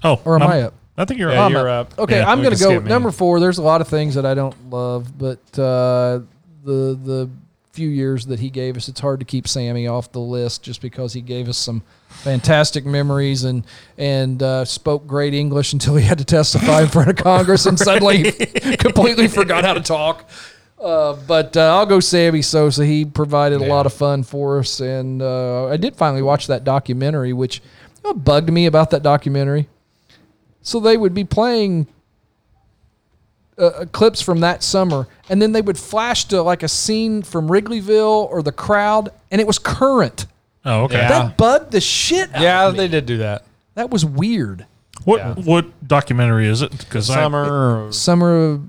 D: Oh,
A: Or am
D: I'm-
A: I up?
D: I think you're
C: Yeah,
D: up.
C: you're up.
A: Okay,
D: Yeah,
A: I'm
C: we
A: gonna
C: can
A: go
C: skip me.
A: number four. There's a lot of things that I don't love, but uh, the the few years that he gave us, it's hard to keep Sammy off the list just because he gave us some fantastic memories and and uh, spoke great English until he had to testify in front of Congress and suddenly completely forgot how to talk. Uh, but uh, I'll go Sammy Sosa. He provided a lot of fun for us, and uh, I did finally watch that documentary, which you know, bugged me about that documentary. So they would be playing uh, clips from that summer, and then they would flash to like a scene from Wrigleyville or the crowd, and it was current.
D: Oh, okay.
C: Yeah.
A: That bugged the shit out
C: Yeah,
A: of me.
C: they did do that.
A: That was weird.
D: What
C: Yeah.
D: what documentary is it? Because
C: Summer. or-
A: Summer, of-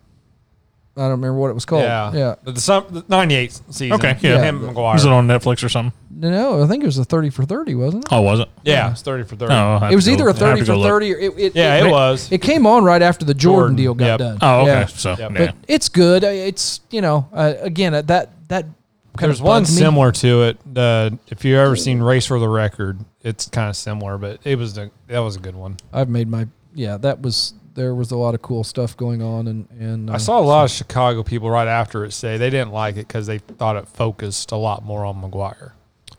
A: I don't remember what it was called.
C: yeah.
A: Oh, yeah.
C: The, the, sum, the 98 season.
D: Okay, yeah.
C: Him and McGuire.
D: is it on Netflix or something?
A: No, I think it was a thirty for thirty, wasn't it?
D: Oh, was it?
C: yeah, it's 30 for 30.
D: Oh, I'll have
A: it was
D: to go-
A: either a
D: I'll have
A: thirty
D: to go
A: for
D: look.
A: thirty. Or it, it,
C: Yeah, it was.
A: It came on right after the Jordan,
C: Jordan,
A: deal got
C: yep.
A: done.
D: Oh, okay.
A: Yeah.
D: So
C: Yep.
D: yeah.
A: It's good. Uh, It's you know uh, again uh, that that kind
C: There's
A: of
C: one
A: bugged me.
C: similar to it. Uh, if you've ever seen Race for the Record, it's kind of similar, but it was the, that was a good one.
A: I've made my yeah. That was there was a lot of cool stuff going on, and and uh,
C: I saw a lot of Chicago people right after it say they didn't like it because they thought it focused a lot more on McGuire.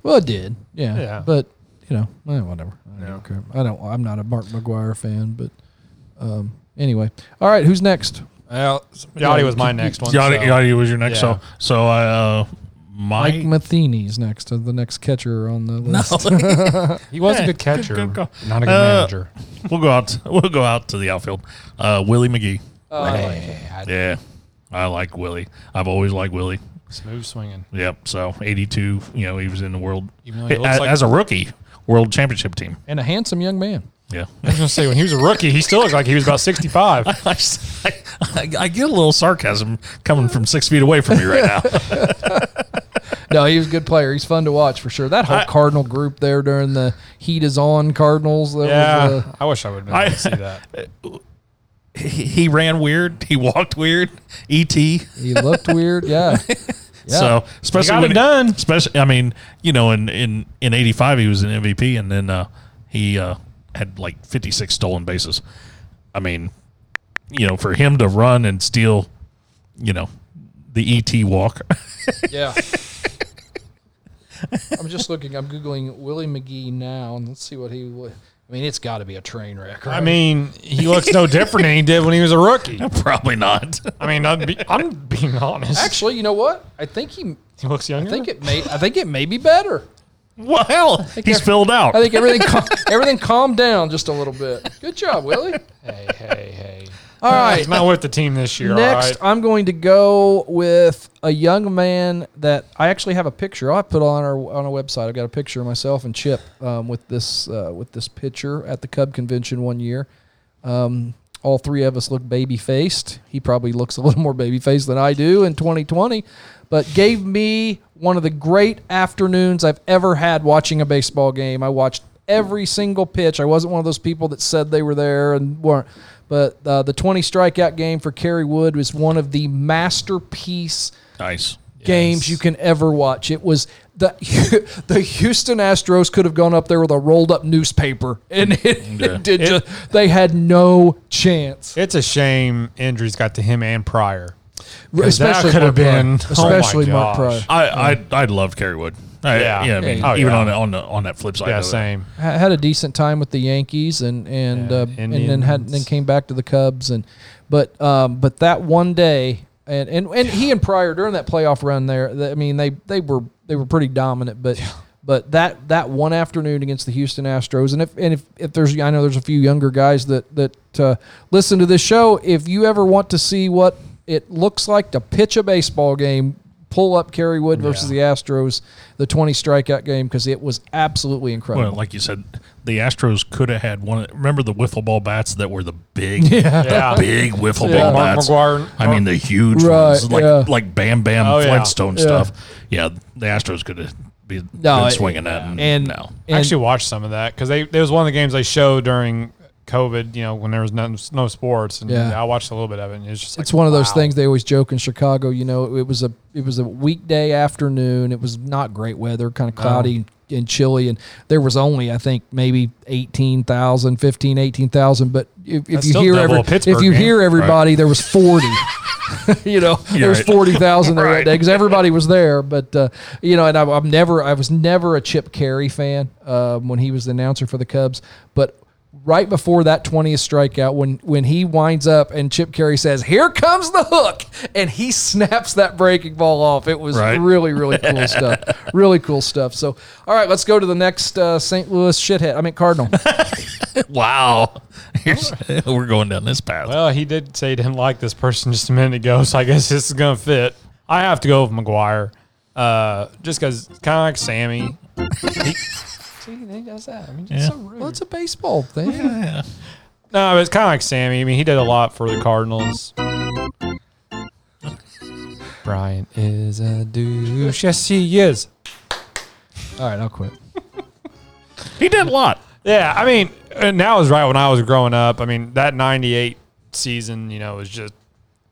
A: Well, it did. Yeah.
C: Yeah.
A: But you know, eh, whatever. I don't care. I don't. I'm not a Mark McGuire fan, but um, anyway. All right, who's next?
C: Well, Yachty was my next one.
D: Yachty,
C: so-
D: Yachty was your next.
C: Yeah.
D: So, so I, uh, my
A: Mike Matheny's next, uh, the next catcher on the list.
C: He was
D: Yeah,
C: a good catcher,
D: good call.
C: not a good
D: Uh,
C: manager.
D: we'll go out. We'll go out to the outfield. Uh, Willie McGee.
C: uh,
D: yeah, I like Willie. I've always liked Willie.
C: Smooth swinging.
D: Yep. So eighty-two. You know, he was in the world
C: Even though he looks
D: as,
C: like-
D: as a rookie, world championship team.
A: and a handsome young man.
D: Yeah.
C: I was gonna say when he was a rookie, he still looked like he was about sixty-five.
D: I, I- I get a little sarcasm coming from six feet away from me right now.
A: No, he was a good player. He's fun to watch for sure. That whole Cardinal group there during the heat is on Cardinals. That was,
C: yeah,
A: uh,
C: I wish I would have been able
D: I-
C: to see that.
D: he, he ran weird. He walked weird. Et.
A: he looked weird. Yeah. Yeah.
D: So especially
C: got
D: when
C: it done.
D: Especially, I mean, you know, in in in '85 he was an MVP, and then uh, he uh, had like 56 stolen bases. I mean, you know, for him to run and steal, you know, the ET walk.
A: Yeah. I'm just looking. I'm googling Willie McGee now, and let's see what he. wa- I mean, it's got to be a train wreck.
C: I
A: right?
C: mean, he looks no different than he did when he was a rookie.
D: Probably not.
C: I mean, I'd be, I'm being honest.
A: actually, you know what? I think he.
C: he looks
A: I
C: younger.
A: think it may. I think it may be better.
D: Well, hell, he's
A: I-
D: filled out.
A: I think everything cal- everything calmed down just a little bit. Good job, Willie.
C: hey, hey, hey.
A: All right.
C: He's not with the team this year.
A: Next,
C: all right?
A: I'm going to go with a young man that I actually have a picture. I put on our on a website. I've got a picture of myself and Chip um, with this uh, with this pitcher at the Cub convention one year. Um, all three of us look baby faced. He probably looks a little more baby faced than I do in 2020, but gave me one of the great afternoons I've ever had watching a baseball game. I watched every single pitch. I wasn't one of those people that said they were there and weren't. But uh, the 20 strikeout game for Kerry Wood was one of the masterpiece
D: nice.
A: games you can ever watch. It was the the Houston Astros could have gone up there with a rolled up newspaper, and it, it did.
C: It-
A: just, they had no chance.
C: It's a shame injuries got to him and Pryor. 'Cause that
A: Especially
C: could
A: Mark
C: have
A: Pryor.
C: been- oh my
A: especially Mark
C: gosh.
A: Pryor.
D: I I I love Kerry Wood. I,
C: Yeah.
D: yeah. I mean,
C: Oh,
D: even
C: yeah.
D: on on the, on that flip side.
C: Yeah,
D: of it.
C: same.
A: Ha- had a decent time with the Yankees and and
C: Yeah,
A: uh, and then had
C: Indians.
A: then came back to the Cubs and but um, but that one day and, and and he and Pryor during that playoff run there th- I mean they they were they were pretty dominant but but that that one afternoon against the Houston Astros and if and if, if there's I know there's a few younger guys that that uh, listen to this show if you ever want to see what it looks like to pitch a baseball game pull up Kerry Wood versus the Astros the 20 strikeout game because it was absolutely incredible
D: Well, like you said, the Astros could have had one. of- Remember the wiffle ball bats that were the big,
C: Yeah.
D: the big wiffle
C: Yeah.
D: ball
C: Mark
D: bats.
C: McGuire-
D: I mean the huge
A: Right,
D: ones, like
A: yeah.
D: like Bam Bam
C: Oh, yeah.
D: Flintstone
A: Yeah.
D: stuff. Yeah, the Astros could have been,
A: No,
D: been
A: it-
D: swinging that. And,
A: and
D: no,
C: I
A: and-
C: actually watched some of that because they there was one of the games they showed during COVID. You know, when there was no, no sports, and
A: Yeah.
C: I watched a little bit of it. And it's just like,
A: it's one of those
C: wow.
A: things they always joke in Chicago. You know, it was a it was a weekday afternoon. It was not great weather, kind of cloudy and chilly, and there was only I think maybe 18,000, 15, 18,000. But if, if
C: That's
A: you
C: still
A: hear
C: double
A: every,
C: a
A: if
C: Pittsburgh
A: you
C: game.
A: hear everybody, there was forty. you know, there was
D: right.
A: forty thousand there that
D: Right.
A: day because everybody was there. But uh, you know, and I, I'm never I was never a Chip Carey fan um, when he was the announcer for the Cubs, but right before that 20th strikeout when when he winds up and Chip Carey says, "Here comes the hook," and he snaps that breaking ball off. It was
D: Right.
A: really really cool stuff. Really cool stuff. So, all right, let's go to the next uh, St. Louis shithead. I mean Cardinal.
D: wow, Here's- we're going down this path.
C: Well, he did say he didn't like this person just a minute ago, so I guess this is gonna fit. I have to go with McGuire, uh, just because kind of like Sammy. He- See, he does that. I mean, it's so rude.
A: well, it's a baseball thing.
C: No, but it's kind of like Sammy. I mean, he did a lot for the Cardinals. Brian is a douche. Yes, he is.
A: All right, I'll quit.
D: he did a lot.
C: Yeah, I mean, and that was right when I was growing up. I mean, that 98 season, you know, was just,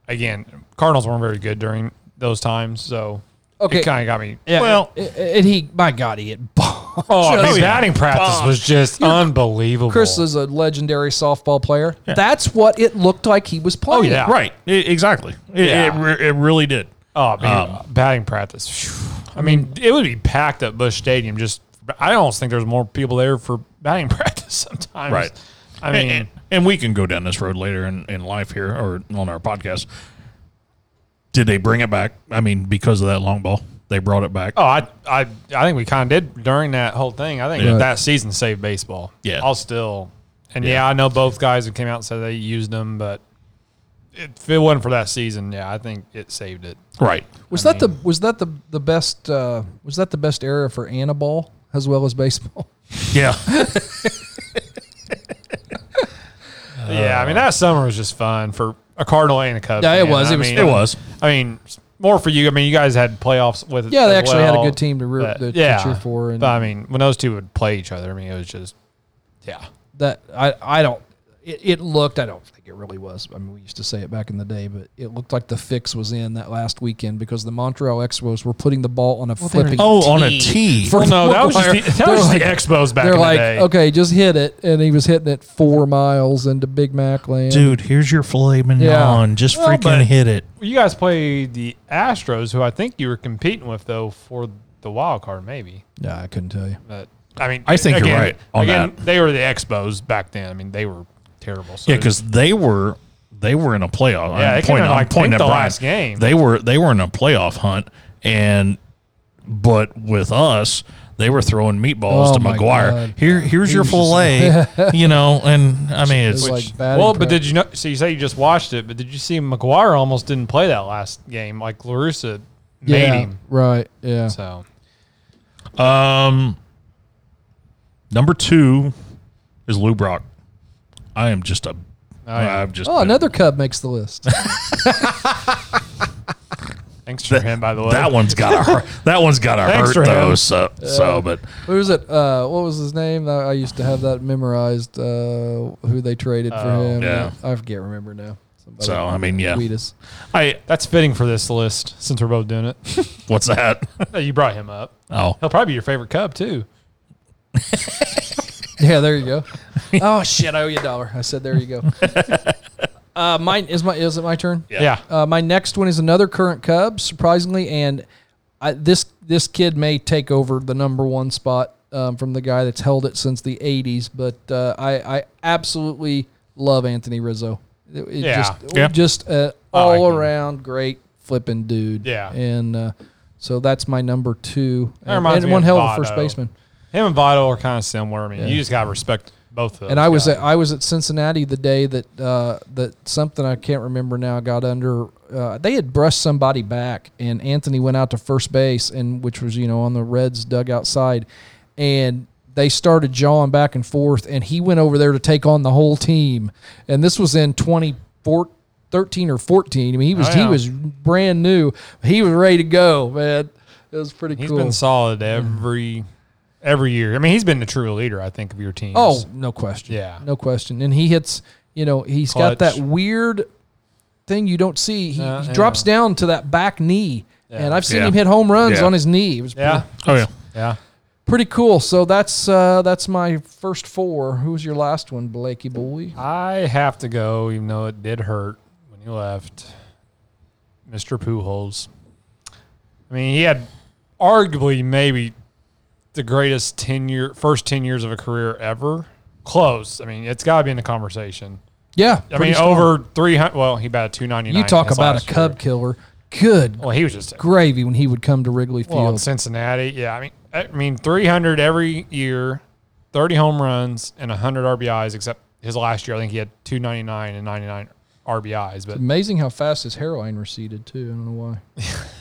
C: again, Cardinals weren't very good during those times. So
A: Okay.
C: It kind of got me. Yeah.
D: Well,
A: And he, my God, he had bombed.
C: oh, I mean,
D: just-
C: batting practice was just unbelievable.
A: Chris is a legendary softball player. That's what it looked like he was playing.
C: Oh, yeah.
D: right, I- exactly. It, it,
C: Yeah.
D: re- it really did.
C: Oh man,
D: Um,
C: batting practice. Phew. I mean, it would be packed at Bush Stadium. Just, I almost think there's more people there for batting practice sometimes.
D: Right.
C: I mean,
D: and, and we can go down this road later in, in life here or on our podcast. Did they bring it back? I mean, because of that long ball, they brought it back.
C: oh, I, I, I think we kind of did during that whole thing. I think
D: Yeah.
C: that season saved baseball.
D: Yeah.
C: I'll still, and yeah. I know both guys who came out and said they used them, but if it wasn't for that season, yeah, I think it saved it.
D: right.
A: Was that the was that the the best uh, was that the best era for Anna ball as well as baseball?
D: Yeah. Uh,
C: yeah, I mean that summer was just fun for a Cardinal and a Cubs.
A: Yeah, it
C: fan.
A: was.
C: I
A: It was
C: mean,
D: it was.
C: I mean, more for you. I mean, you guys had playoffs with. it
A: Yeah, they
C: as
A: actually had a
C: well,
A: good team to root-
C: but-
A: to- to cheer for and-
C: but I mean, when those two would play each other, I mean, it was just, yeah.
A: That I I don't. It, it looked. I don't think it really was. I mean, we used to say it back in the day, but it looked like the fix was in that last weekend because the Montreal Expos were putting the ball on a flipping.
D: Oh, on a tee.
A: for
C: No,
A: the
C: that was just
A: wire.
C: the, that
A: They're
C: was just
A: like-
C: the Expos back in
A: They're
C: the
A: like,
C: day.
A: okay, just hit it, and he was hitting it four miles into Big Mac land.
D: Dude, here's your filet mignon.
A: Yeah.
D: Just
C: Well,
D: freaking
C: but-
D: hit it.
C: You guys played the Astros, who I think you were competing with though for the wild card, maybe.
A: Nah, I couldn't tell you.
C: But I mean,
D: I think you're
C: again-
D: right on
C: again,
D: that.
C: they were the Expos back then. I mean, they were terrible. So
D: Yeah, because they were they were in a playoff.
C: Yeah,
D: I'm
C: they came
D: pointing-
C: in,
D: I'm
C: like,
D: pointing
C: ninth
D: at
C: the
D: Brian.
C: last game.
D: They were they were in a playoff hunt, and but with us, they were throwing meatballs
A: Oh,
D: to
A: my
D: McGuire.
A: God.
D: Here here's your
A: was just-
D: fillet, you know. And I mean,
A: It
D: it's
A: was like batting
C: Well, but
A: practice.
C: did you know? So you say you just watched it, but did you see McGuire almost didn't play that last game? Like Larusa made
A: yeah,
C: him.
A: Right. Yeah.
C: So
D: um number two is Lou Brock. I am just a
C: yeah.
D: have just
A: Oh,
D: been-
A: another Cub makes the list.
C: thanks for him, by the way.
D: That one's gotta hurt. That one's gotta
C: Thanks
D: hurt
C: for him.
D: though. So, so, but
A: Who was it? Uh, what was his name? I I used to have that memorized. Uh, who they traded for him?
D: Oh, yeah.
A: I can't remember now. Somebody
D: So, I mean, yeah.
A: tweet us.
D: I.
C: That's fitting for this list since we're both doing it.
D: What's that?
C: you brought him up.
D: Oh,
C: He'll probably be your favorite Cub too.
A: Yeah, there you go. oh shit! I owe you a dollar. I said, there you go. uh, mine is my is it my turn?
D: Yeah.
C: Yeah.
A: Uh, my next one is another current Cub, surprisingly, and I, this this kid may take over the number one spot um, from the guy that's held it since the '80s. But uh, I I absolutely love Anthony Rizzo. It- it
C: Yeah.
A: Just,
D: Yeah.
A: just a
C: like him.
A: all around great flipping dude.
C: Yeah.
A: And uh, so that's my number two.
C: That
A: and,
C: reminds
A: and
C: me
A: one
C: of
A: hell of a first
C: Votto.
A: baseman.
C: him and Vital are kind of similar. I mean, you just gotta respect both of them.
A: And I was
C: guys.
A: at, I was at Cincinnati the day that uh, that something I can't remember now got under. Uh, they had brushed somebody back, and Anthony went out to first base, and which was you know on the Reds dugout side, and they started jawing back and forth, and he went over there to take on the whole team, and this was in 2014. 13 or 14. I mean, he was
C: Oh, yeah.
A: he was brand new. He was ready to go, man. It was pretty
C: He's
A: cool.
C: been solid every every year. I mean, he's been the true leader. I think of your team.
A: Oh, no question.
C: Yeah.
A: No question. And he hits, you know, he's got
C: Clutch.
A: that weird thing you don't see. He,
C: Uh,
A: he
C: yeah.
A: drops down to that back knee. And I've seen
D: Yeah.
A: him hit home runs
D: Yeah.
A: on his knee. It was
C: yeah,
A: pretty,
D: oh yeah.
C: yeah.
A: pretty cool. So that's uh, that's my first four. Who was your last one, Blakey boy?
C: I have to go, even though it did hurt when he left. Mr. Pujols. I mean, he had arguably maybe the greatest ten year first ten years of a career ever. Close. I mean, it's got to be in the conversation.
A: Yeah.
C: I
A: pretty
C: mean,
A: strong.
C: over three hundred. Well, he batted two ninety nine.
A: You talk about a cub killer. Good
C: Well, he was just
A: gravy when he would come to Wrigley Field.
C: Well, in Cincinnati, yeah. I mean, I mean, 300 every year, 30 home runs and 100 RBIs. Except his last year, I think he had 299 and 99 RBIs. But
A: Amazing how fast his hairline receded too. I don't know why.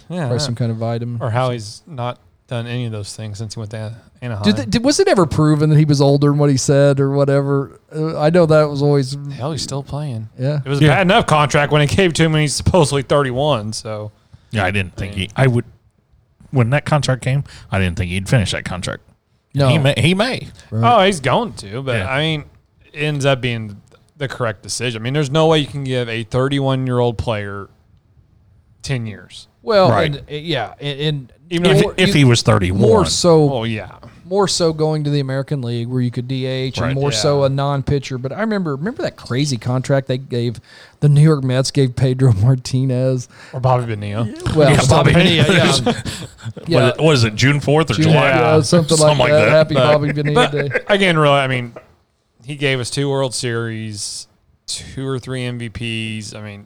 C: yeah,
A: Probably some kind of vitamin.
C: or how he's not done any of those things since he went to An- Anaheim.
A: Did they, did, was it ever proven that he was older than what he said or whatever? Uh, I know that was always
C: Hell, he's still playing.
A: yeah.
C: It was a bad enough contract when it came to him when he's supposedly 31. So
D: Yeah, I didn't think he. I would. When that contract came, I didn't think he'd finish that contract.
A: No,
D: He may. He may.
C: oh, he's going to. But
D: Yeah.
C: I mean, it ends up being the correct decision. I mean, there's no way you can give a 31 year old player ten years.
A: Well,
D: Right.
A: and, uh, yeah, and, and
C: Even
D: If,
A: more-
D: if
A: you-
D: he was 31.
A: more so,
C: Oh yeah,
A: more so going to the American League where you could DH
D: Right,
A: and more
C: yeah.
A: so a non-pitcher. But I remember remember that crazy contract they gave the New York Mets gave Pedro Martinez.
C: or Bobby Bonilla.
A: Well,
D: Yeah, Bobby.
A: Bonilla, yeah, yeah.
D: What, what is it, June 4th or
A: June-
D: July?
A: yeah, something, like, that. Happy
D: But-
A: Bobby Bonilla Day.
C: Again, really, I mean, he gave us two World Series, two or three MVPs. I mean,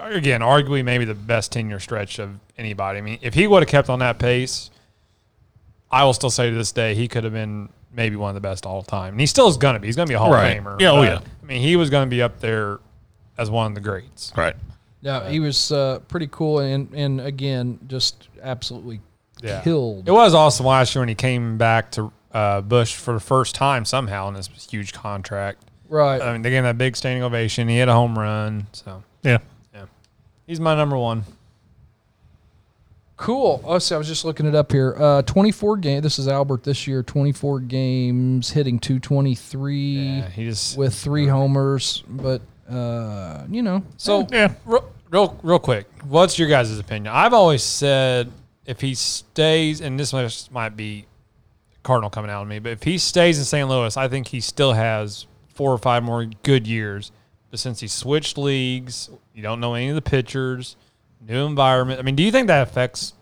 C: again, arguably maybe the best ten-year stretch of anybody. I mean, if he would have kept on that pace, I will still say to this day he could have been maybe one of the best all time, and he still is going to be. He's going to be a Hall
D: Right.
C: of Famer.
D: Yeah, oh,
C: but,
D: yeah.
C: I mean, he was going to be up there as one of the greats.
D: Right.
A: Yeah, he was uh, pretty cool, and and again, just absolutely
C: Yeah.
A: killed.
C: It was awesome last year when he came back to uh, Bush for the first time somehow in this huge contract.
A: Right.
D: Uh,
C: I mean, they gave him that big standing ovation. He had a home run. So
D: Yeah.
C: he's my number one.
A: Cool. Oh, see, I was just looking it up here. Uh, 24 game. This is Albert this year. 24 games, hitting 223
C: Yeah, he just
A: Mm. with three homers. But uh, you know,
C: so
D: Yeah.
C: Real, real, real quick. What's your guys' opinion? I've always said if he stays, and this might- might be Cardinal coming out of me, but if he stays in St. Louis, I think he still has four or five more good years. But since he switched leagues, you don't know any of the pitchers, new environment. I mean, do you think that affects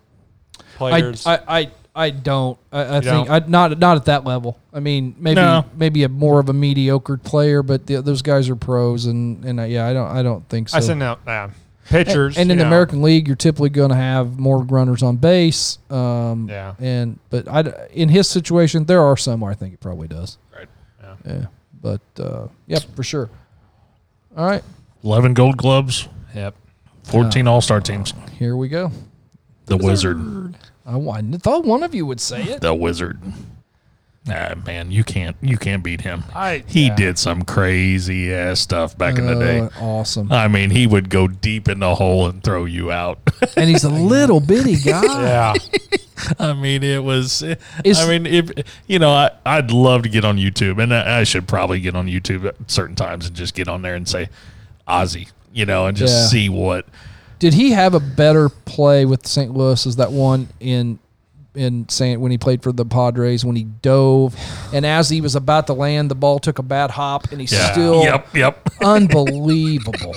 A: I,
C: players?
A: I I I don't. I, I think
C: don't?
A: I, not not at that level. I mean, maybe
D: No.
A: maybe a more of a mediocre player, but the, those guys are pros, and and I, yeah, I don't I don't think so.
C: I said no. Nah. uh, Pitchers
A: And
C: you
A: in the
C: know.
A: American League, you're typically going to have more runners on base. Um,
C: Yeah.
A: And but I d in his situation, there are some where I think it probably does. Right. Yeah. But uh, yep, for sure. All right,
D: 11 gold gloves,
C: Yep.
D: 14 all star teams.
A: here we go.
D: The Wizard.
A: I, wa- I thought one of you would say it.
D: The Wizard. Ah, man, you can't you can't beat him.
C: I-
D: he
C: yeah.
D: did some crazy ass stuff back in the day.
A: Uh, awesome.
D: I mean, he would go deep in the hole and throw you out.
A: And he's a little bitty guy.
C: Yeah.
D: I mean, it was.
A: Is-
D: I mean, if you know, I, I'd love to get on YouTube, and I, I should probably get on YouTube at certain times and just get on there and say Ozzy, you know, and just
A: Yeah.
D: see what.
A: Did he have a better play with St. Louis as that one in in St. when he played for the Padres when he dove and as he was about to land, the ball took a bad hop and he
D: Yeah.
A: still
D: Yep. Yep.
A: unbelievable.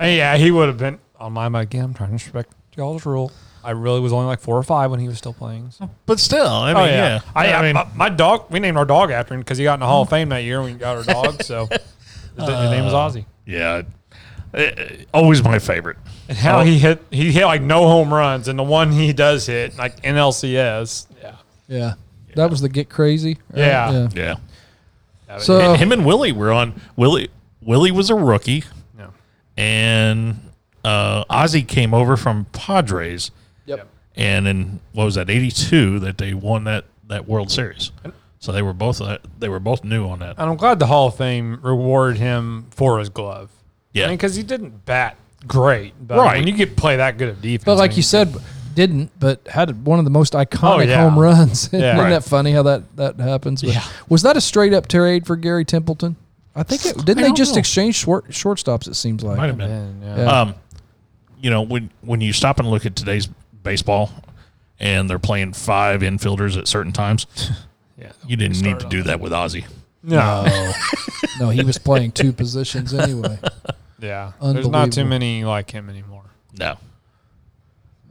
C: And yeah, he would have been on my mind again. I'm trying to respect y'all's rule. I really was only like four or five when he was still playing. So.
D: But still, I mean, yeah.
C: Oh, I, I uh,
D: mean,
C: my, my dog. We named our dog after him because he got in the Hall of Fame that year. and We got our dog, so his, his name was Ozzy.
D: yeah. Eh, always my favorite.
C: And how he hit, he hit like no home runs, and the one he does hit, like NLCS. Yeah,
A: Yeah. That was the get crazy. right?
C: Yeah.
D: Yeah.
A: So
D: And him and Willie were on. Willie Willie was a rookie,
C: yeah.
D: and uh, Ozzy came over from Padres.
A: Yep.
D: and in what was that 82 that they won that that world series so they were both uh, they were both new on that
C: And I'm glad the Hall of Fame rewarded him for his glove.
D: Yeah.
C: because he didn't bat great, but
D: Right.
C: when you get play that good of defense,
A: but
C: I
A: like
C: mean,
A: you said, didn't but had one of the most iconic
C: Oh, yeah.
A: home runs.
C: Yeah.
A: Isn't
C: Right.
A: that funny how that that happens? But Was that a straight up trade for Gary Templeton? I think it didn't
D: I
A: they
D: don't
A: just
D: know.
A: exchange short, shortstops. It seems like
D: might have been
C: Man, yeah.
D: um you know when when you stop and look at today's baseball and they're playing five infielders at certain times
C: Yeah.
D: you didn't need to do that with Ozzy
C: no,
A: No, he was playing two positions anyway.
C: yeah, there's not too
A: Unbelievable.
C: many like him anymore.
D: no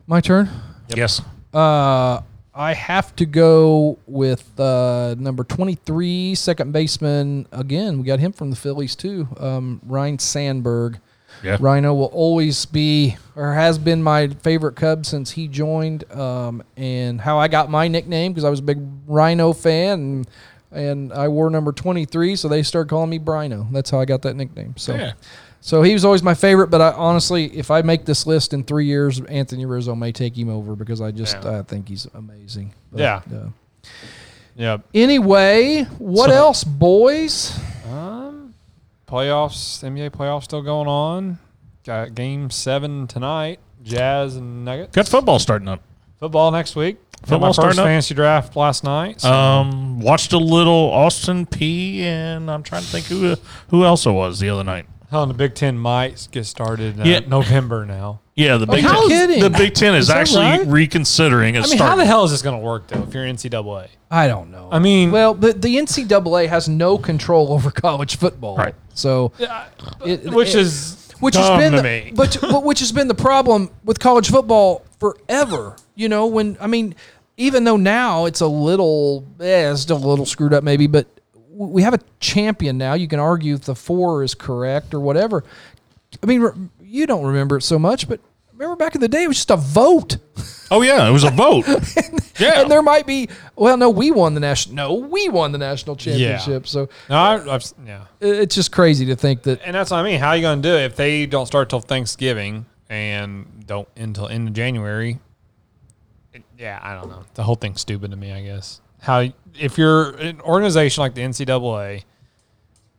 A: My turn.
D: yes
A: Uh, I have to go with uh, number 23, second baseman. Again, we got him from the Phillies, too. Um, Ryan Sandberg.
D: Yeah.
A: Rhino will always be, or has been, my favorite Cub since he joined. Um, and how I got my nickname because I was a big Rhino fan, and, and I wore number twenty three, so they started calling me Brino. That's how I got that nickname. So,
D: Yeah.
A: so he was always my favorite. But I honestly, if I make this list in three years, Anthony Rizzo may take him over because I just I think he's amazing. But,
C: Yeah.
A: uh,
C: Yeah,
A: anyway, what else, boys?
C: playoffs, NBA playoffs still going on. Got game seven tonight. Jazz and Nuggets.
D: got football starting up
C: Football next week.
D: Football
C: Got my first
D: starting up.
C: fantasy draft last night. so-
D: um watched a little Austin P and I'm trying to think who who else it was the other night
C: Hell, and the Big Ten might get started uh,
D: Yeah.
C: November now.
D: Yeah, the Big
A: how
D: Ten.
A: is- kidding.
D: The Big Ten is,
A: that
D: actually
A: right?
D: reconsidering its
C: I mean,
D: start.
C: how the hell is this going to work though? If you're NCAA,
A: I don't know.
C: I mean,
A: well, but the NCAA has no control over college football,
D: Right.
A: So, it-
C: which
A: it-
C: is
A: which
C: dumb
A: has been
C: to
A: the,
C: me.
A: but, but which has been the problem with college football forever. You know, when I mean, even though now it's a little, eh, it's still a little screwed up maybe, but w- we have a champion now. You can argue if the four is correct or whatever. I mean, re- you don't remember it so much, but remember back in the day, it was just a vote.
D: oh yeah, it was a vote. yeah,
A: And there might be, well, no, we won the national. No, we won the national championship. So
C: no, I, I've, yeah,
A: i- it's just crazy to think that.
C: and that's what I mean. How are you going to do it if they don't start till Thanksgiving and don't until end of January? It- yeah, I don't know. The whole thing's stupid to me. I guess how if you're an organization like the NCAA,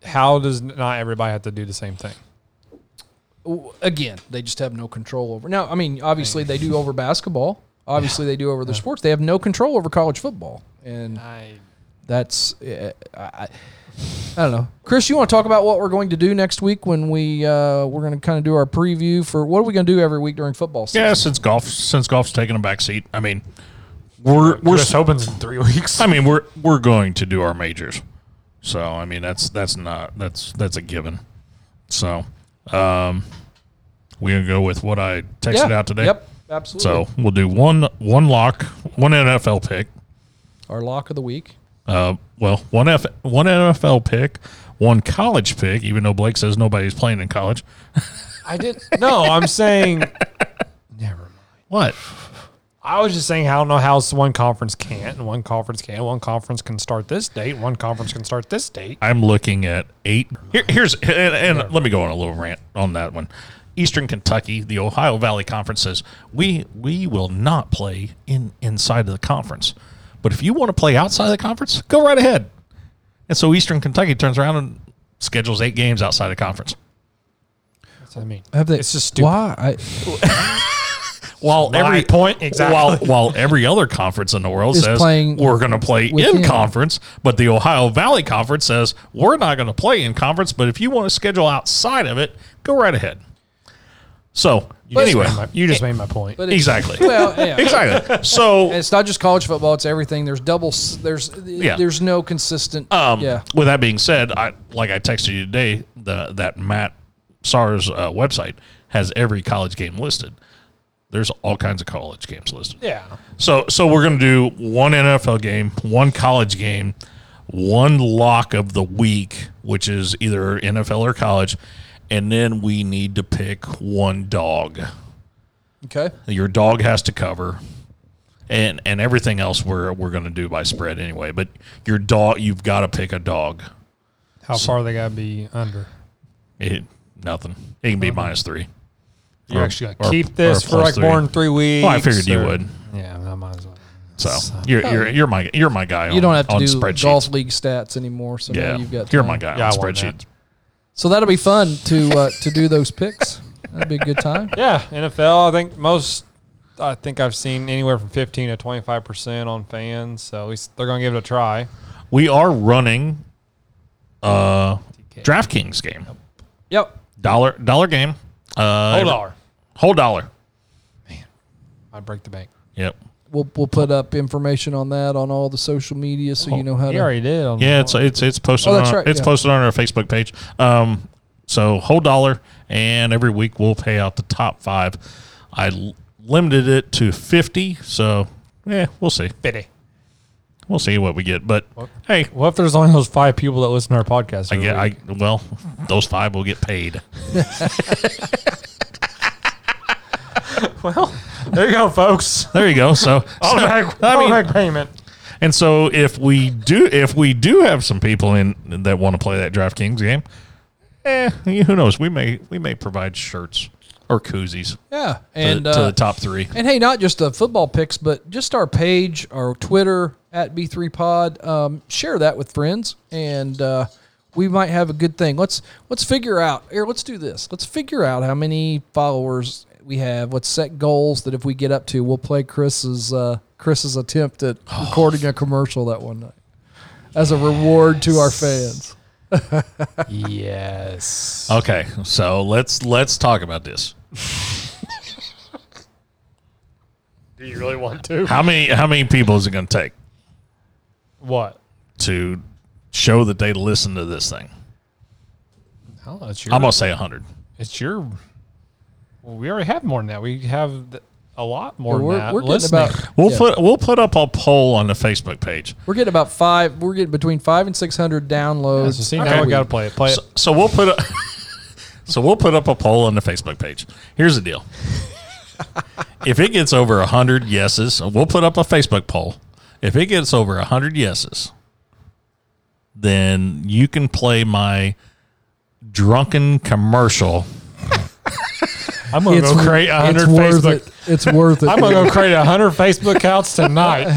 C: how does not everybody have to do the same thing?
A: again, they just have no control over. Now, I mean, obviously they do over basketball. Obviously they do over their sports. They have no control over college football, and
C: I
A: that's uh, I, I I don't know. Chris, you want to talk about what we're going to do next week when we uh, we're going to kind of do our preview for what are we going to do every week during football season?
D: yeah. Since golf, since golf's taken a back seat. I mean, we're we're.
C: Chris opens in three weeks.
D: I mean, we're we're going to do our majors. So I mean, that's that's not that's that's a given. So, um, we're gonna go with what I texted out today.
A: Yep, absolutely.
D: So we'll do one one lock, one NFL pick.
A: our lock of the week.
D: Uh, well, one F one NFL pick, one college pick. Even though Blake says nobody's playing in college.
C: I did no. I'm saying never mind.
D: What?
C: I was just saying I don't know how one conference can't and one conference can. One conference can start this date. One conference can start this date.
D: I'm looking at eight. Here, here's and, and let me go on a little rant on that one. Eastern Kentucky, the Ohio Valley Conference says we we will not play in inside of the conference, but if you want to play outside of the conference, go right ahead. And so Eastern Kentucky turns around and schedules eight games outside of conference.
C: That's what I mean.
A: Have they,
C: It's just stupid.
A: Why? I,
D: While
C: My
D: every
C: point, exactly.
D: While while every other conference in the world
A: Is
D: says
A: playing
D: we're going to play in
A: within.
D: conference, but the Ohio Valley Conference says we're not going to play in conference. But if you want to schedule outside of it, go right ahead. So
C: You just
D: anyway, Eh,
C: made my- you just made my point.
A: but it-
D: exactly,
A: well, yeah.
D: exactly. So
A: It's not just college football; it's everything. There's double. s- There's there's no consistent.
D: Um,
A: yeah,
D: With that being said, I like I texted you today. The that Matt Sars uh, website has every college game listed. There's all kinds of college games listed.
C: yeah,
D: So so we're gonna do one NFL game, one college game, one lock of the week, which is either NFL or college, and then we need to pick one dog.
A: okay.
D: Your dog has to cover. And and everything else we're we're gonna do by spread anyway. But your dog you've gotta pick a dog.
C: how far they gotta be under?
D: It, nothing. It can be minus three.
C: You
D: Or-
C: actually gotta
D: or-
C: keep
D: or
C: this for
D: plus
C: like
D: three.
C: more than three weeks.
D: Well, I figured you would.
C: Yeah, I might as well.
D: So you're you're you're my you're my guy on
A: You don't have to
D: on
A: do
D: spreadsheets.
A: golf league stats anymore. So now
D: Yeah.
A: you've got
D: you're
A: time.
D: my guy
C: Yeah,
D: on
C: I want that.
D: spreadsheets.
A: So that'll be fun to uh, to do those picks. That'd be a good time.
C: Yeah, NFL. I think most. I think I've seen anywhere from fifteen to twenty five percent on fans. So at least they're gonna give it a try.
D: we are running uh DraftKings game.
A: Yep.
D: Dollar dollar game. Uh
C: Hold
D: every-
C: dollar.
D: Whole dollar.
C: I'd break the bank.
D: Yep.
A: We'll we'll put up information on that on all the social media so
D: Oh,
A: you know how
C: He
A: to.
C: already did. On
D: Yeah, it's it's it's posted
A: Oh, that's
D: on
A: right,
D: it's
A: yeah.
D: posted on our Facebook page. Um so whole dollar and every week we'll pay out the top 5. I l- limited it to 50, so yeah, we'll see.
C: Fifty.
D: We'll see what we get, but hey,
C: What if there's only those five people that listen to our podcast?
D: I
C: every
D: get
C: week?
D: I well, those 5 will get paid.
C: There you go, folks.
D: There you go. So, so, I mean,
C: payment.
D: And so if we do if we do have some people in that want to play that DraftKings game, eh, who knows? We may we may provide shirts or koozies
A: Yeah.
D: to,
A: And
D: to
A: uh,
D: the top three.
A: And hey, not just the football picks, but just our page, our Twitter at B3Pod. Um, share that with friends, and uh, we might have a good thing. Let's let's figure out here. Let's do this. Let's figure out how many followers we have. Let's set goals that if we get up to, we'll play Chris's uh, Chris's attempt at recording a commercial that one night as a reward to our fans.
C: yes.
D: Okay, so let's let's talk about this.
C: Do you really want to?
D: How many how many people is it going to take
C: What?
D: to show that they listen to this thing?
C: Oh, it's your.
D: I'm going to say 100.
C: It's your. Well, we already have more than that. We have th- a lot more
A: we're,
C: than that.
A: we're getting
C: listening.
A: about
D: We'll
A: Yeah.
D: put we'll put up a poll on the Facebook page.
A: we're getting about five. We're getting between five and six hundred downloads.
C: So see
A: per
C: now I
A: week.
C: got to play it. Play
D: So, so we'll put a so we'll put up a poll on the Facebook page. Here's the deal: if it gets over hundred yeses, we'll put up a Facebook poll. If it gets over hundred yeses, then you can play my drunken commercial.
C: it. I'm gonna
A: It's
C: go
A: wor-
C: create a hundred
A: it's worth
C: Facebook.
A: it. It's worth it.
C: I'm gonna go create a hundred Facebook accounts tonight.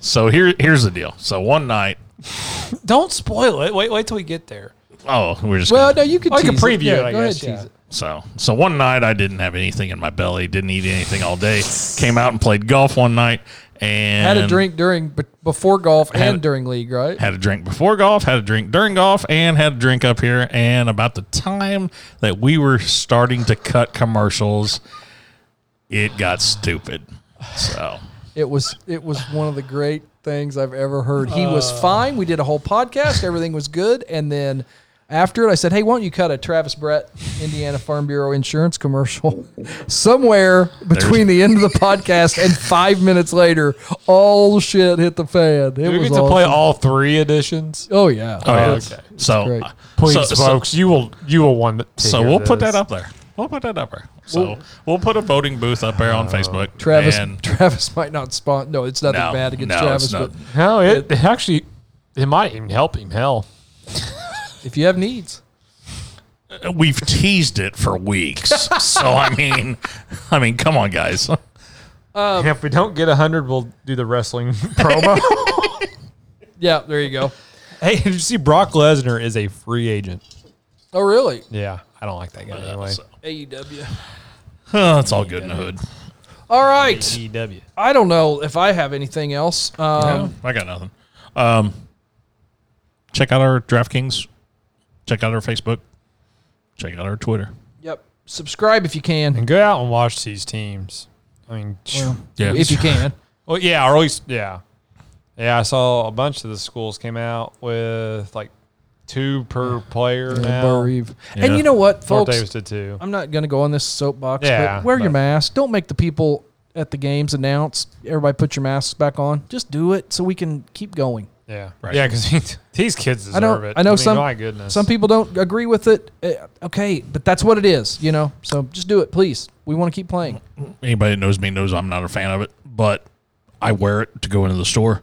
D: So here here's the deal. So one night,
C: Don't spoil it. Wait, wait till we get there.
D: oh, we're just
A: well,
D: gonna-
A: no, you could.
C: I can
A: tease
C: preview
A: Yeah,
C: it, I
A: go ahead,
C: guess, yeah.
A: tease it.
D: So, so one night I didn't have anything in my belly, didn't eat anything all day. Came out and played golf one night and
A: Had a drink during be- before golf
D: Had-
A: and during league, right?
D: Had a drink before golf, had a drink during golf, and had a drink up here. And about the time that we were starting to cut commercials, it got stupid. So,
A: It was it was one of the great things I've ever heard. He was
C: Uh.
A: fine. We did a whole podcast. Everything was good. And then after it, I said, "Hey, why don't you cut a Travis Brett Indiana Farm Bureau insurance commercial somewhere between the end of the podcast and five minutes later? All shit hit the fan. It
C: Do we
A: was
C: get to play
A: awesome.
C: all three editions?
A: Oh yeah.
D: oh, yeah.
C: okay.
D: so, uh,
A: great.
C: Please,
D: so, so,
C: folks, you will you will want. To
D: so
C: hear
D: we'll put
C: this.
D: that up there. We'll put that up there. So we'll put a voting booth up there on Facebook.
A: Travis,
D: and-
A: Travis might not spawn. No, it's nothing
D: No,
A: bad against
D: no,
A: Travis,
D: it's
A: but
D: not.
C: No, it, it actually it might even help him. Hell,
A: if you have needs,
D: we've teased it for weeks. so I mean, I mean, come on, guys.
C: And if we don't get hundred, we'll do the wrestling promo.
A: yeah, there you go.
C: hey, did you see Brock Lesnar is a free agent?
A: Oh really?
C: Yeah, I don't like that guy anyway.
D: So,
A: AEW.
D: oh, it's all good in the hood.
A: All right.
C: EW.
A: I don't know if I have anything else. Um,
D: I got nothing. Um, check out our DraftKings. Check out our Facebook. Check out our Twitter.
A: Yep. Subscribe if you can.
C: And go out and watch these teams. I mean, well,
D: Yeah,
A: If you can.
C: yeah, or at least yeah, yeah. I saw a bunch of the schools came out with like two per player now.
A: And you know what,
C: Fort
A: folks?
C: Davis did too.
A: I'm not going to go on this soapbox,
C: Yeah,
A: but wear your
C: but-
A: mask. Don't make the people at the games announce, everybody put your masks back on. Just do it so we can keep going.
C: Yeah,
D: Right.
C: yeah, because these kids deserve
A: I know,
C: it.
A: I know
C: mean,
A: some,
C: My goodness,
A: some people don't agree with it. Uh, okay, but that's what it is, you know? So just do it, please. We want to keep playing.
D: anybody that knows me knows I'm not a fan of it, but I wear it to go into the store.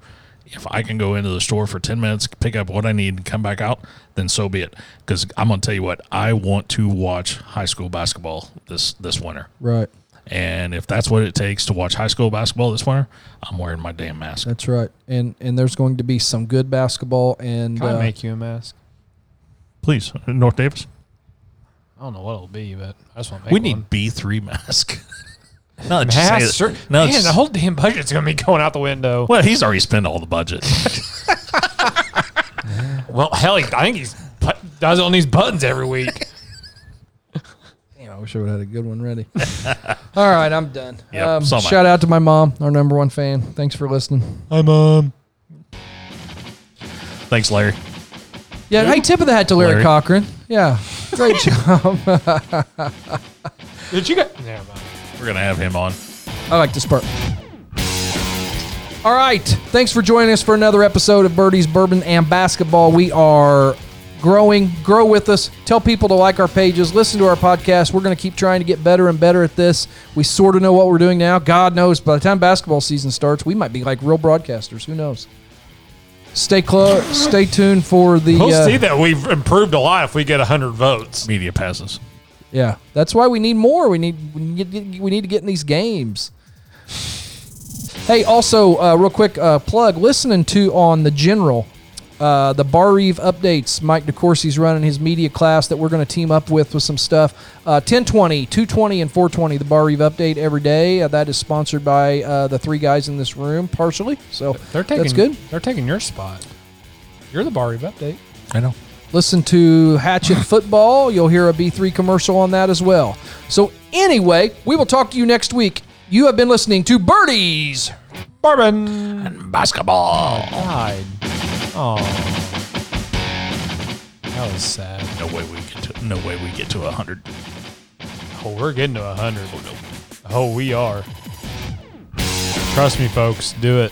D: If I can go into the store for 10 minutes, pick up what I need, and come back out, then so be it. Because I'm going to tell you what, I want to watch high school basketball this, this winter.
A: Right.
D: And if that's what it takes to watch high school basketball this winter, I'm wearing my damn mask.
A: That's right. And and there's going to be some good basketball and uh,
C: Can I make you a mask?
D: Please, North Davis.
C: I don't know what it'll be, but I just want to make
D: We
C: one.
D: need B3 mask. no, just say
C: Pass,
D: that-
C: sir.
D: no,
C: Man,
D: just-
C: the whole damn budget's gonna be going out the window.
D: well, he's already spent all the budget.
C: Well, hell, he, I think he's put, does on these buttons every week.
A: Damn, I wish I would have had a good one ready. All right, I'm done.
D: Yep,
A: um,
D: so am I.
A: shout out to my mom, our number one fan. Thanks for listening.
C: Hi, mom.
D: Thanks, Larry.
A: Yeah, hey, tip of the hat to Larry,
D: Larry.
A: Cochran. Yeah, great job.
C: Did you get? Never mind.
D: We're going to have him on.
A: I like this part. All right, thanks for joining us for another episode of Birdie's Bourbon and Basketball. We are growing. Grow with us. Tell people to like our pages, listen to our podcast. We're going to keep trying to get better and better at this. We sort of know what we're doing now. God knows, by the time basketball season starts, we might be like real broadcasters. Who knows? Stay close. stay tuned for the.
C: We'll
A: uh,
C: see that we've improved a lot if we get hundred votes.
D: Media passes.
A: Yeah, that's why we need more. We need we need, we need to get in these games. Hey, also, uh, real quick uh, plug: listening to on the general, uh, the Bar Eve updates. Mike DeCourcy's running his media class that we're going to team up with with some stuff. Uh, 1020, 220, and 420. The Bar Eve update every day. Uh, that is sponsored by uh, the three guys in this room, partially. So
C: They're taking.
A: that's good.
C: They're taking your spot. You're the bar rep update.
D: I know.
A: Listen to Hatchet Football. You'll hear a B3 commercial on that as well. So, anyway, we will talk to you next week. You have been listening to Birdies.
C: Bourbon.
D: Basketball.
C: Died. Oh. That was sad.
D: No way we get to. No way we get to hundred.
C: Oh, we're getting to 100. Oh, we are. Trust me, folks. Do it.